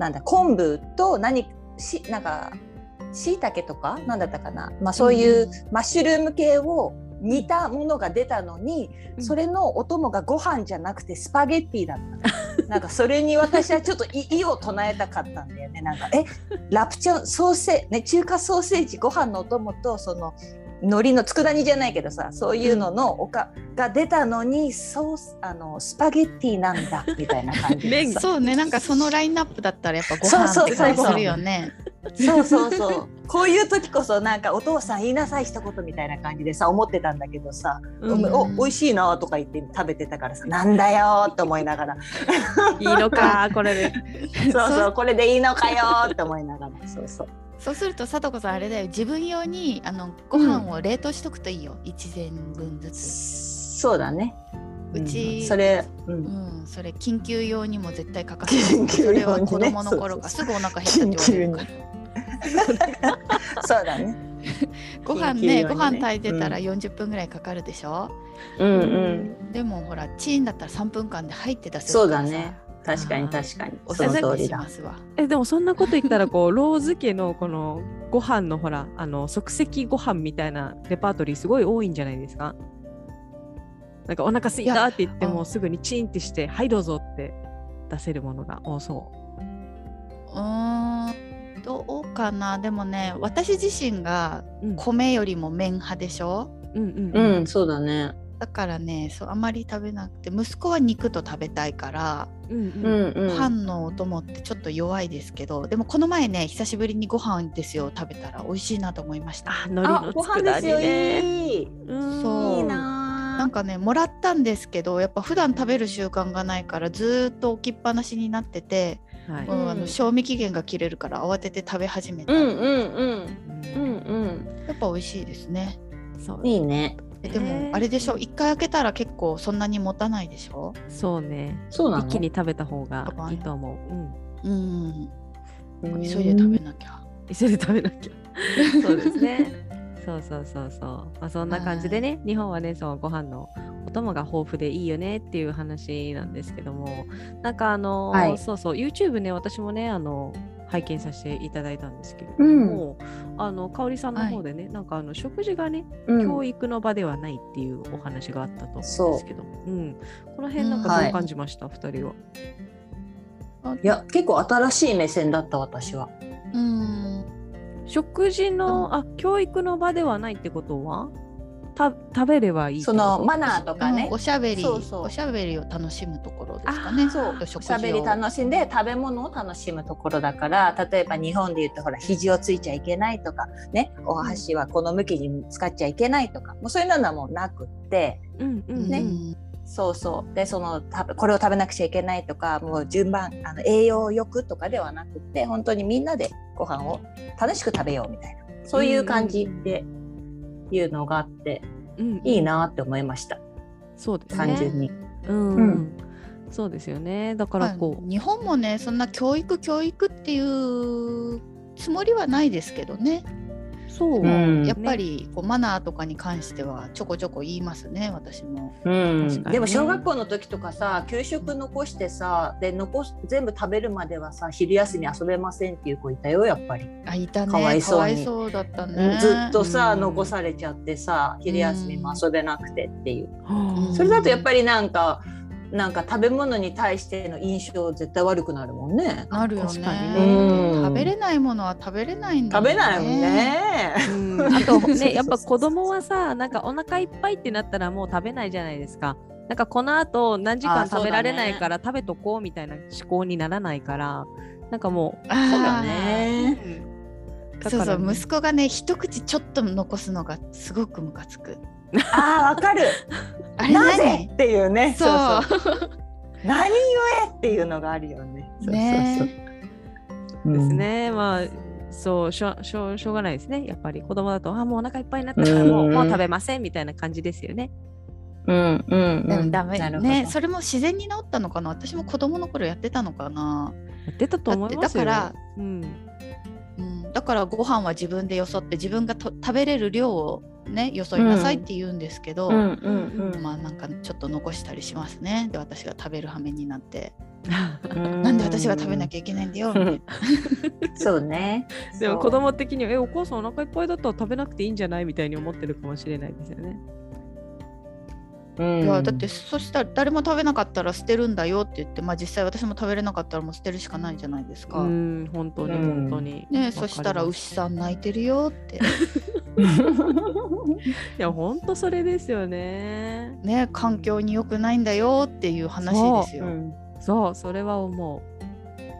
[SPEAKER 3] なんだ昆布と何しなんかしいたけとかなんだったかな、まあ、そういうマッシュルーム系を煮たものが出たのに、
[SPEAKER 1] うん
[SPEAKER 3] それのお供がご飯じゃなくてスパゲッティだったなんかそれに私はちょっと異異を唱えたかったんだよねなんかえラプチョンソーセー、ね、中華ソーセージご飯のお供とその海苔の佃煮じゃないけどさそういうののおか、が出たのにソースあのスパゲッティなんだみたいな感じで
[SPEAKER 1] 麺が
[SPEAKER 2] そうねなんかそのラインナップだったらやっぱご飯
[SPEAKER 3] そ
[SPEAKER 2] っ
[SPEAKER 3] うそ
[SPEAKER 2] て
[SPEAKER 3] うそう
[SPEAKER 2] 感
[SPEAKER 3] そう
[SPEAKER 2] じするよね。
[SPEAKER 3] そうそうそうこういう時こそなんかお父さん言いなさい一言みたいな感じでさ思ってたんだけどさ
[SPEAKER 1] う
[SPEAKER 3] お
[SPEAKER 1] ん
[SPEAKER 3] めお美味しいなとか言って食べてたからさなんだよーと思いながら
[SPEAKER 1] いいのかこれで
[SPEAKER 3] そう
[SPEAKER 2] そ
[SPEAKER 3] そうこれでいいのかよーと思いながらそうそう
[SPEAKER 2] そうすると貞子さんあれだよ自分用にあのご飯を冷凍しとくといいよ、一膳分ずつ。
[SPEAKER 3] そうだね
[SPEAKER 2] うち
[SPEAKER 3] んそれ、う、
[SPEAKER 2] うんん、それ緊急用にも絶対欠かせない。
[SPEAKER 3] 緊急
[SPEAKER 2] そ
[SPEAKER 3] 用にね
[SPEAKER 2] れは子供の頃からすぐお腹減ったって言われるから。
[SPEAKER 3] そうだね
[SPEAKER 2] ご飯
[SPEAKER 3] 緊急
[SPEAKER 2] ね、
[SPEAKER 3] 用にね
[SPEAKER 2] ご飯炊いてたら
[SPEAKER 3] う
[SPEAKER 2] 40分ぐらいかかるでしょ。
[SPEAKER 3] うん
[SPEAKER 2] でもほら、チンだったら3分間で入って出せる
[SPEAKER 3] そう
[SPEAKER 2] か
[SPEAKER 3] だ
[SPEAKER 2] らさ
[SPEAKER 3] ね。確かに確かに
[SPEAKER 2] お
[SPEAKER 3] そ
[SPEAKER 2] す
[SPEAKER 3] の
[SPEAKER 2] す
[SPEAKER 3] 通
[SPEAKER 2] め
[SPEAKER 3] り
[SPEAKER 2] しま
[SPEAKER 3] だ
[SPEAKER 2] すわ。
[SPEAKER 1] えでもそんなこと言ったらこうローズ家のこのご飯のほらあの即席ご飯みたいなレパートリーすごい多いんじゃないですかなんかお腹すいたって言って
[SPEAKER 2] いやう
[SPEAKER 1] も
[SPEAKER 2] ん
[SPEAKER 1] すぐにチンってして「はいどうぞ」って出せるものが多そう
[SPEAKER 2] ーん、どうかな。でもね、私自身が
[SPEAKER 1] う、うん、
[SPEAKER 2] 米よりも麺派でしょ。
[SPEAKER 1] うんうん
[SPEAKER 3] う
[SPEAKER 1] うん
[SPEAKER 3] んそうだね
[SPEAKER 2] だからね、そうあまり食べなくて、息子は肉と食べたいから。
[SPEAKER 1] うんうん
[SPEAKER 3] うんうん
[SPEAKER 2] パンのお供ってちょっと弱いですけどでもこの前ね久しぶりにご飯ですよ食べたら美味しいなと思いました
[SPEAKER 1] あ海苔
[SPEAKER 3] あ
[SPEAKER 1] の
[SPEAKER 3] ご
[SPEAKER 1] 佃
[SPEAKER 3] 飯です
[SPEAKER 1] 煮
[SPEAKER 3] よ
[SPEAKER 1] ね
[SPEAKER 3] いい
[SPEAKER 1] うん
[SPEAKER 2] そう
[SPEAKER 3] いいなー
[SPEAKER 2] なんかねもらったんですけどやっぱ普段食べる習慣がないからずーっと置きっぱなしになってて、
[SPEAKER 1] はい
[SPEAKER 2] もうあ
[SPEAKER 3] う
[SPEAKER 2] の
[SPEAKER 3] ん
[SPEAKER 2] 賞味期限が切れるから慌てて食べ始めた、
[SPEAKER 3] うん
[SPEAKER 2] や
[SPEAKER 3] うんうん
[SPEAKER 1] う
[SPEAKER 3] うんんう
[SPEAKER 2] っぱ美味しいですね
[SPEAKER 1] そう、
[SPEAKER 3] んいいね
[SPEAKER 2] えで
[SPEAKER 1] へ
[SPEAKER 2] も
[SPEAKER 1] ー
[SPEAKER 2] あれでしょ一回開けたら結構そんなに持たないでしょ
[SPEAKER 1] そうね
[SPEAKER 3] そうなの
[SPEAKER 1] 一気に食べた方がいいと思う、うん、
[SPEAKER 2] うん
[SPEAKER 3] うん
[SPEAKER 2] 急いで食べなきゃ
[SPEAKER 1] 急いで食べなき ゃ そうですねそうそうそうそうまあそんな感じでね日本はねそうご飯のお供が豊富でいいよねっていう話なんですけどもなんかあのー
[SPEAKER 3] はい
[SPEAKER 1] そうそう YouTube ね私もねあの拝見させていただいたんですけれど
[SPEAKER 3] うん
[SPEAKER 1] も、あの香里さんの方でね、なんかあの食事がね
[SPEAKER 3] うん
[SPEAKER 1] 教育の場ではないっていうお話があったと
[SPEAKER 3] そ
[SPEAKER 1] 思うんで
[SPEAKER 3] う
[SPEAKER 1] すけど、うん、この辺なん
[SPEAKER 2] うん
[SPEAKER 1] かど
[SPEAKER 3] は
[SPEAKER 1] う
[SPEAKER 3] い
[SPEAKER 1] 感じました、二人は。
[SPEAKER 3] いや結構新しい目線だった私は
[SPEAKER 2] うん
[SPEAKER 1] 食事の、
[SPEAKER 2] うん
[SPEAKER 1] あ教育の場ではないってことはた食べればいいって
[SPEAKER 3] そ
[SPEAKER 1] こと
[SPEAKER 3] のマナーとかね
[SPEAKER 2] おしゃべり
[SPEAKER 3] そうそう
[SPEAKER 2] おしゃべりを楽しむところですかね
[SPEAKER 1] あそう
[SPEAKER 2] と食事を
[SPEAKER 3] おしゃべり楽しんで食べ物を楽しむところだから例えば日本で言うとほら肘をついちゃいけないとかねお箸はこの向きに使っちゃいけないとかもうそういうのはもうなくって
[SPEAKER 1] うんうんうん
[SPEAKER 3] ね
[SPEAKER 2] うん
[SPEAKER 3] そうそうでそのたこれを食べなくちゃいけないとかもう順番あの栄養よくとかではなくって本当にみんなでご飯を楽しく食べようみたいなそういう感じでいうのがあって
[SPEAKER 1] うんうん
[SPEAKER 3] いいなって思いました
[SPEAKER 1] そうです
[SPEAKER 3] 単
[SPEAKER 1] ね。
[SPEAKER 3] 純に。
[SPEAKER 1] うん、
[SPEAKER 3] う
[SPEAKER 1] そうですよね。だからこ
[SPEAKER 2] まあ日本もねそんな教育教育っていうつもりはないですけどね、
[SPEAKER 1] う、そう、
[SPEAKER 3] うん
[SPEAKER 2] やっぱりこうマナーとかに関してはちょこちょこ言いますね私も。
[SPEAKER 3] うん
[SPEAKER 1] 確かにね
[SPEAKER 3] でも小学校の時とかさ給食残してさで残す全部食べるまではさ昼休み遊べませんっていう子いたよやっぱり、
[SPEAKER 2] あいたね
[SPEAKER 3] かわい
[SPEAKER 2] か
[SPEAKER 3] そう
[SPEAKER 2] わ
[SPEAKER 3] に
[SPEAKER 2] いそうだったね。
[SPEAKER 3] ずっとさ、
[SPEAKER 1] うん
[SPEAKER 3] 残されちゃってさ昼休みも遊べなくてっていう、
[SPEAKER 1] はあ
[SPEAKER 3] それだとやっぱりなんかなんか食べ物に対しての印象絶対悪くなるもんね
[SPEAKER 2] なるよ
[SPEAKER 1] 確か
[SPEAKER 2] ね
[SPEAKER 1] に
[SPEAKER 3] うん
[SPEAKER 2] 食べれないものは食べれないんだ
[SPEAKER 3] 食
[SPEAKER 2] もんね
[SPEAKER 3] べないもん。ね、
[SPEAKER 1] うんあとね、やっぱ子供はさ、なんかお腹いっぱいってなったらもう食べないじゃないですか。なんかこの後何時
[SPEAKER 3] あ
[SPEAKER 1] 間
[SPEAKER 3] ーそう
[SPEAKER 1] 食
[SPEAKER 3] だね
[SPEAKER 1] べられないから食べとこうみたいな思考にならないから、なんかもう、
[SPEAKER 2] あー
[SPEAKER 3] そうだね
[SPEAKER 1] だ
[SPEAKER 2] そう
[SPEAKER 1] から
[SPEAKER 2] そう
[SPEAKER 1] ね
[SPEAKER 2] 息子がね一口ちょっと残すのがすごくムカつく。
[SPEAKER 3] あーわかる
[SPEAKER 2] あれ
[SPEAKER 3] な
[SPEAKER 2] 何
[SPEAKER 3] ぜっていうね
[SPEAKER 2] そう
[SPEAKER 3] そうそう何故っていうのがあるよね
[SPEAKER 2] ね
[SPEAKER 3] そうそうそ
[SPEAKER 1] で
[SPEAKER 3] う
[SPEAKER 1] す
[SPEAKER 3] うん
[SPEAKER 1] ね、まあそうしょしょしょうがないですねやっぱり子供だとあもうお腹いっぱいになったからもう
[SPEAKER 3] うん
[SPEAKER 1] もう食べませんみたいな感じですよね。
[SPEAKER 3] うんうん
[SPEAKER 2] でもダメ
[SPEAKER 3] なるほど
[SPEAKER 2] ねそれも自然に治ったのかな私も子供の頃やってたのかな、
[SPEAKER 1] やってたと思いますよ
[SPEAKER 2] だってだから、
[SPEAKER 1] うん、
[SPEAKER 2] うん、だからご飯は自分でよそって自分がと食べれる量をねよそいなさいって言うんですけど、
[SPEAKER 3] うんうん
[SPEAKER 2] まあなんかちょっと残したりしますねで私が食べる羽目になって、
[SPEAKER 3] うん
[SPEAKER 2] なんで私が食べなきゃいけないんだよみたいな
[SPEAKER 3] そうね
[SPEAKER 1] でも
[SPEAKER 3] そ
[SPEAKER 1] 子
[SPEAKER 3] う
[SPEAKER 1] 供的にはえお母さんお腹いっぱいだったら食べなくていいんじゃないみたいに思ってるかもしれないですよね。
[SPEAKER 3] うん
[SPEAKER 2] いやだってそしたら誰も食べなかったら捨てるんだよって言って、まあ、実際私も食べれなかったらもう捨てるしかないじゃないですか。
[SPEAKER 1] うん本当に
[SPEAKER 3] うん
[SPEAKER 1] 本当に。
[SPEAKER 2] ねそした
[SPEAKER 1] わか
[SPEAKER 2] ら
[SPEAKER 1] ります
[SPEAKER 2] 牛さん泣いてるよって
[SPEAKER 1] いや本当それですよね。
[SPEAKER 2] ね環境に良くないんだよっていう話ですよ。
[SPEAKER 1] そうそれは思う。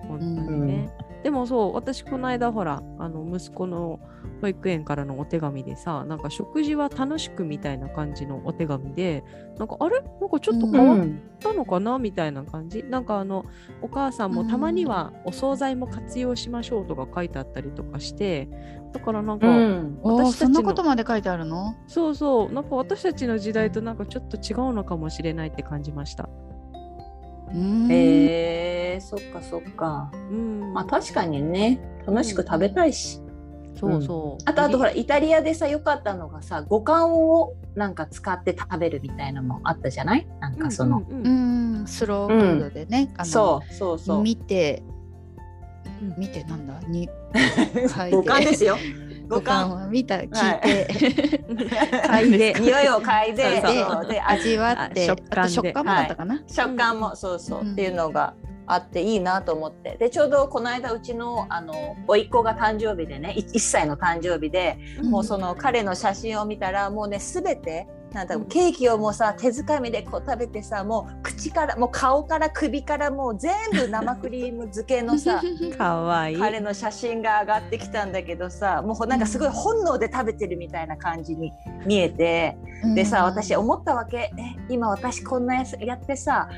[SPEAKER 1] 本当にね。でもそう私この間ほらあの息子の保育園からのお手紙でさなんか食事は楽しくみたいな感じのお手紙でなんかあれなんかちょっと変わっ
[SPEAKER 3] ん
[SPEAKER 1] ったのかなみたいな感じなんかあのお母さんも
[SPEAKER 2] うん
[SPEAKER 1] たまにはお惣菜も活用しましょうとか書いてあったりとかしてだからなんか、
[SPEAKER 3] うん
[SPEAKER 2] おー
[SPEAKER 1] 私た
[SPEAKER 2] そ
[SPEAKER 1] ち
[SPEAKER 2] ん
[SPEAKER 1] の
[SPEAKER 2] なことまで書いてあるの
[SPEAKER 1] そうそうなんか私たちの時代となんかちょっと違うのかもしれないって感じました。
[SPEAKER 2] うーん
[SPEAKER 3] へえそっかそっか
[SPEAKER 1] うん、
[SPEAKER 3] まあ確かにね楽しく食べたいし、
[SPEAKER 1] そうそう、
[SPEAKER 3] あとあとほ
[SPEAKER 1] ら
[SPEAKER 3] らイタリアでさ良かったのがさ五感をなんか使って食べるみたいなのもあったじゃないなんかその、
[SPEAKER 1] うんうん
[SPEAKER 2] う
[SPEAKER 1] うん
[SPEAKER 2] んスローフードでね、あの
[SPEAKER 3] そうそうそう
[SPEAKER 2] 見て
[SPEAKER 1] うん
[SPEAKER 2] 見てなんだに嗅いで
[SPEAKER 3] 五感ですよ五
[SPEAKER 2] 五感
[SPEAKER 3] 感
[SPEAKER 2] は見た聞い
[SPEAKER 3] はい
[SPEAKER 1] 嗅
[SPEAKER 2] て、
[SPEAKER 1] いで
[SPEAKER 3] 匂いを嗅いで
[SPEAKER 1] そう
[SPEAKER 2] そう
[SPEAKER 3] そうで味
[SPEAKER 2] 味わって
[SPEAKER 1] あ食感で
[SPEAKER 2] あと食感もだったかな、
[SPEAKER 3] 食感もそうそう、
[SPEAKER 2] うん
[SPEAKER 3] っていうのがあっていいなと思ってでちょうどこの間うちのあの甥っ子が誕生日でねい1歳の誕生日でもうその彼の写真を見たらもうね全てなんだろう
[SPEAKER 1] うん
[SPEAKER 3] ケーキをもうさ手づかみでこう食べてさもう口からもう顔から首からもう全部生クリーム漬け のさ
[SPEAKER 1] かわいい。
[SPEAKER 3] 彼の写真が上がってきたんだけどさもうなんかすごい本能で食べてるみたいな感じに見えて。でさ私思ったわけえ今私こんなやつやってさ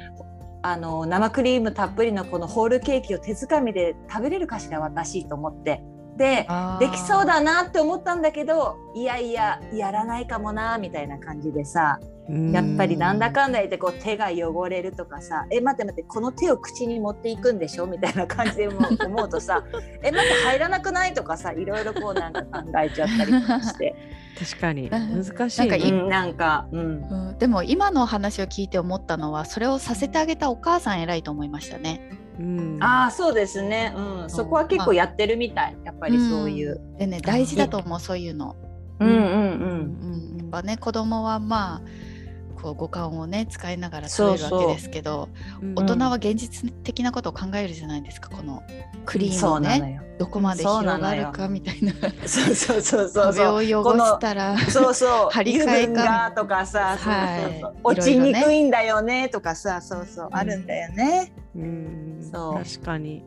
[SPEAKER 3] あの生クリームたっぷりのこのホールケーキを手づかみで食べれるかしら私と思ってでできそ
[SPEAKER 2] だ
[SPEAKER 3] うだなって思ったんだけどいやいややらないかもなみたいな感じでさ
[SPEAKER 1] うん
[SPEAKER 3] やっぱりなんだかんだ言ってこう手が汚れるとかさえ待って待ってこの手を口に持っていくんでしょみたいな感じでもう思うとさ え待って入らなくないとかさいろいろこうなんか考えちゃったりとかして、
[SPEAKER 1] 確かに
[SPEAKER 2] うん
[SPEAKER 1] 難しい、
[SPEAKER 2] なんか
[SPEAKER 1] ね。
[SPEAKER 2] いうい
[SPEAKER 3] ん、なんかうん
[SPEAKER 2] うん、でも今のお話を聞いて思ったのはそれをさせてあげたお母さん偉いと思いましたね。
[SPEAKER 1] うん
[SPEAKER 3] ああそうですね、うん、そこは結構やってるみたいやっぱりそういう。
[SPEAKER 2] んでね大事だと思うそういうの。
[SPEAKER 1] うん
[SPEAKER 3] うん
[SPEAKER 2] うん、やっぱね子供はまあこう五感をね使いながら食べる
[SPEAKER 3] そう
[SPEAKER 2] わけ
[SPEAKER 3] そう
[SPEAKER 2] ですけど
[SPEAKER 1] うん
[SPEAKER 2] 大人は現実的なことを考えるじゃないですかこのクリーム
[SPEAKER 3] そ
[SPEAKER 2] を
[SPEAKER 3] うなの
[SPEAKER 2] ね
[SPEAKER 3] よ。
[SPEAKER 2] どこまで広がるかみたいな
[SPEAKER 3] そうそうそうそう
[SPEAKER 2] 壁
[SPEAKER 3] そ
[SPEAKER 2] を
[SPEAKER 3] う。
[SPEAKER 2] 汚したら
[SPEAKER 3] そうそう。
[SPEAKER 2] 張り替えか
[SPEAKER 3] 油分がとかさ、そうそうそう
[SPEAKER 2] はい
[SPEAKER 3] 落ち
[SPEAKER 2] いろいろね
[SPEAKER 3] にくいんだよねとかさ、そうそうあるんだよね。
[SPEAKER 1] うん
[SPEAKER 3] そう
[SPEAKER 1] 確かに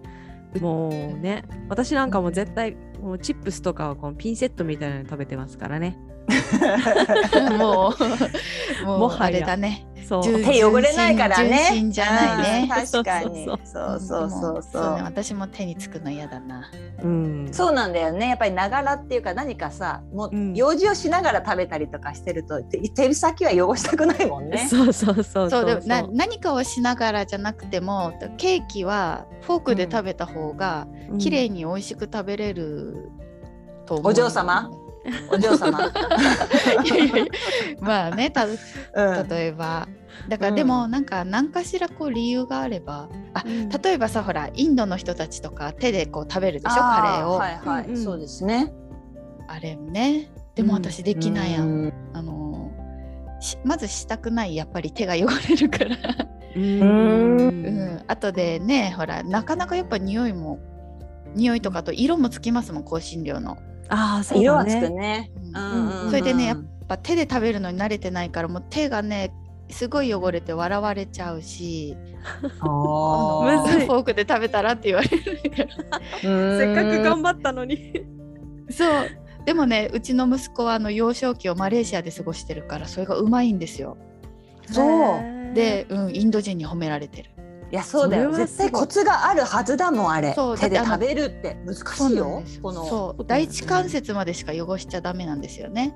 [SPEAKER 1] もうね私なんかもう絶対もうチップスとかはこのピンセットみたいなので食べてますからね
[SPEAKER 2] もうもう
[SPEAKER 1] もは
[SPEAKER 2] あ
[SPEAKER 1] や
[SPEAKER 2] れだね
[SPEAKER 1] そう
[SPEAKER 2] 重
[SPEAKER 3] 手汚れないからね。
[SPEAKER 2] 純真じゃないね
[SPEAKER 3] うん確かに。
[SPEAKER 1] そう
[SPEAKER 3] そうそう
[SPEAKER 2] で
[SPEAKER 3] そう
[SPEAKER 2] も
[SPEAKER 3] そ
[SPEAKER 2] ね
[SPEAKER 3] う。
[SPEAKER 2] 私も手につくの嫌だな
[SPEAKER 1] うん
[SPEAKER 3] そうなんだよね。やっぱりながらっていうか何かさ、もう
[SPEAKER 1] うん
[SPEAKER 3] 用事をしながら食べたりとかしてると、手手先は汚したくないもんね。
[SPEAKER 1] そうそうそう
[SPEAKER 2] そう
[SPEAKER 1] そ
[SPEAKER 2] で
[SPEAKER 1] う
[SPEAKER 2] もな何かをしながらじゃなくてもケーキはフォークで食べた方が
[SPEAKER 1] うん
[SPEAKER 2] 綺麗に美味しく食べれると思う、
[SPEAKER 3] お嬢様お嬢様。
[SPEAKER 2] いやいやいや まあねた
[SPEAKER 3] うん
[SPEAKER 2] 例えばだか
[SPEAKER 3] うん
[SPEAKER 2] らでもなんか何かしらこう理由があればあ
[SPEAKER 1] うん
[SPEAKER 2] 例えばさほらインドの人たちとか手でこう食べるでしょカレー
[SPEAKER 3] あ
[SPEAKER 2] を、
[SPEAKER 3] はいはい、
[SPEAKER 1] うんうん
[SPEAKER 3] そうですね。
[SPEAKER 2] あれねでも私できないやん、
[SPEAKER 3] う
[SPEAKER 2] あのしまずしたくないやっぱり手が汚れるから
[SPEAKER 1] うん
[SPEAKER 3] う
[SPEAKER 2] うん、後でねほらなかなかやっぱ匂いも匂いとかと色もつきますもん香辛料の、
[SPEAKER 1] ああそう
[SPEAKER 3] 色
[SPEAKER 1] だ
[SPEAKER 3] はつく
[SPEAKER 1] ね
[SPEAKER 3] ね。
[SPEAKER 2] や
[SPEAKER 1] ん
[SPEAKER 2] っそれでねやっぱ手で食べるのに慣れてないからもう手がねすごい汚れて笑われちゃうしあの
[SPEAKER 1] むずい
[SPEAKER 2] フォークで食べたらって言われるから
[SPEAKER 1] せ
[SPEAKER 3] せ
[SPEAKER 1] っかく頑張ったのに
[SPEAKER 2] そうでもねうちの息子はあの幼少期をマレーシアで過ごしてるからそれがうまいんですよ
[SPEAKER 3] そう。
[SPEAKER 2] で、うん、インド人に褒められてる
[SPEAKER 3] いやそうだよ。
[SPEAKER 1] それはす
[SPEAKER 3] 絶
[SPEAKER 1] ごい
[SPEAKER 3] 対コツがあるはずだもんあれ
[SPEAKER 2] そ。う
[SPEAKER 3] 手で
[SPEAKER 2] だってあ
[SPEAKER 3] 食
[SPEAKER 2] の
[SPEAKER 3] べるって難
[SPEAKER 2] そう
[SPEAKER 3] しい
[SPEAKER 2] なん
[SPEAKER 3] よ
[SPEAKER 2] です。
[SPEAKER 3] この。
[SPEAKER 2] そう第一関節までしか汚しちゃダメなんですよね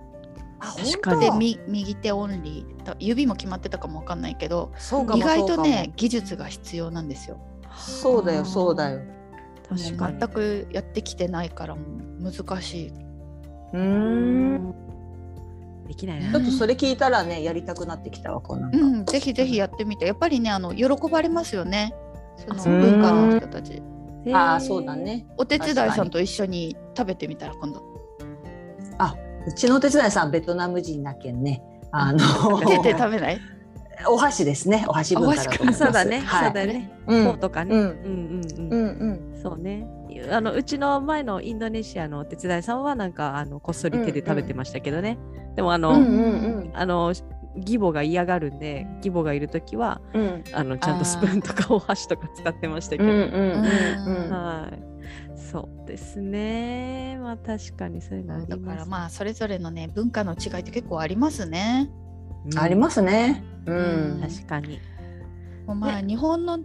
[SPEAKER 3] あ
[SPEAKER 1] 確
[SPEAKER 3] 本
[SPEAKER 1] か
[SPEAKER 3] 当
[SPEAKER 1] に
[SPEAKER 2] でみ右手オンリーと指も決まってたかもわかんないけど
[SPEAKER 3] そうか
[SPEAKER 2] 意
[SPEAKER 3] も
[SPEAKER 2] 外とね。技術が必要なんですよ
[SPEAKER 3] そうかもそうだよそうだよ。
[SPEAKER 1] 確かに
[SPEAKER 2] 全くやってきてないからもう難しい。
[SPEAKER 3] うん。
[SPEAKER 1] できない
[SPEAKER 3] ち
[SPEAKER 1] な
[SPEAKER 3] ょっとそれ聞いたらねやりたくなってきたわこうなんか。
[SPEAKER 2] うん、ぜひぜひやってみて、やっぱりね、あの喜ばれますよね。その
[SPEAKER 1] あそう
[SPEAKER 2] 文化の人たち、
[SPEAKER 1] へー
[SPEAKER 3] ああそうだね。
[SPEAKER 2] お手伝いさんと一緒に食べてみたら、今度。
[SPEAKER 3] うちのお手伝いさんベトナム人だけんね。あの
[SPEAKER 2] 手で食べない。
[SPEAKER 3] お箸ですね。お箸文化だと思います。
[SPEAKER 1] そうだね、
[SPEAKER 3] はい、
[SPEAKER 1] そうだよね、
[SPEAKER 3] うん
[SPEAKER 1] こうとかね、
[SPEAKER 3] う
[SPEAKER 1] うんんうんうん
[SPEAKER 3] うんうん。
[SPEAKER 1] そうねあのうちの前のインドネシアのお手伝いさんはなんかあのこっそり手で食べてましたけどね、でもあの、
[SPEAKER 3] うんうん
[SPEAKER 1] あの義母が嫌がるんで義母がいる時は
[SPEAKER 3] うんうん
[SPEAKER 1] あのちゃんとスプーンとかお箸とか使ってましたけ
[SPEAKER 3] うん
[SPEAKER 1] ど、
[SPEAKER 3] うんうん。
[SPEAKER 1] はいそうですねまあ確かにそういうのあり
[SPEAKER 2] だ
[SPEAKER 1] ま
[SPEAKER 2] か
[SPEAKER 1] す
[SPEAKER 2] ら、まあ、それぞれのね、文化の違いって結構ありますね。
[SPEAKER 1] うん
[SPEAKER 3] ありますね。う
[SPEAKER 2] うん
[SPEAKER 3] ん。
[SPEAKER 1] 確かに
[SPEAKER 2] もうまあ、日本の。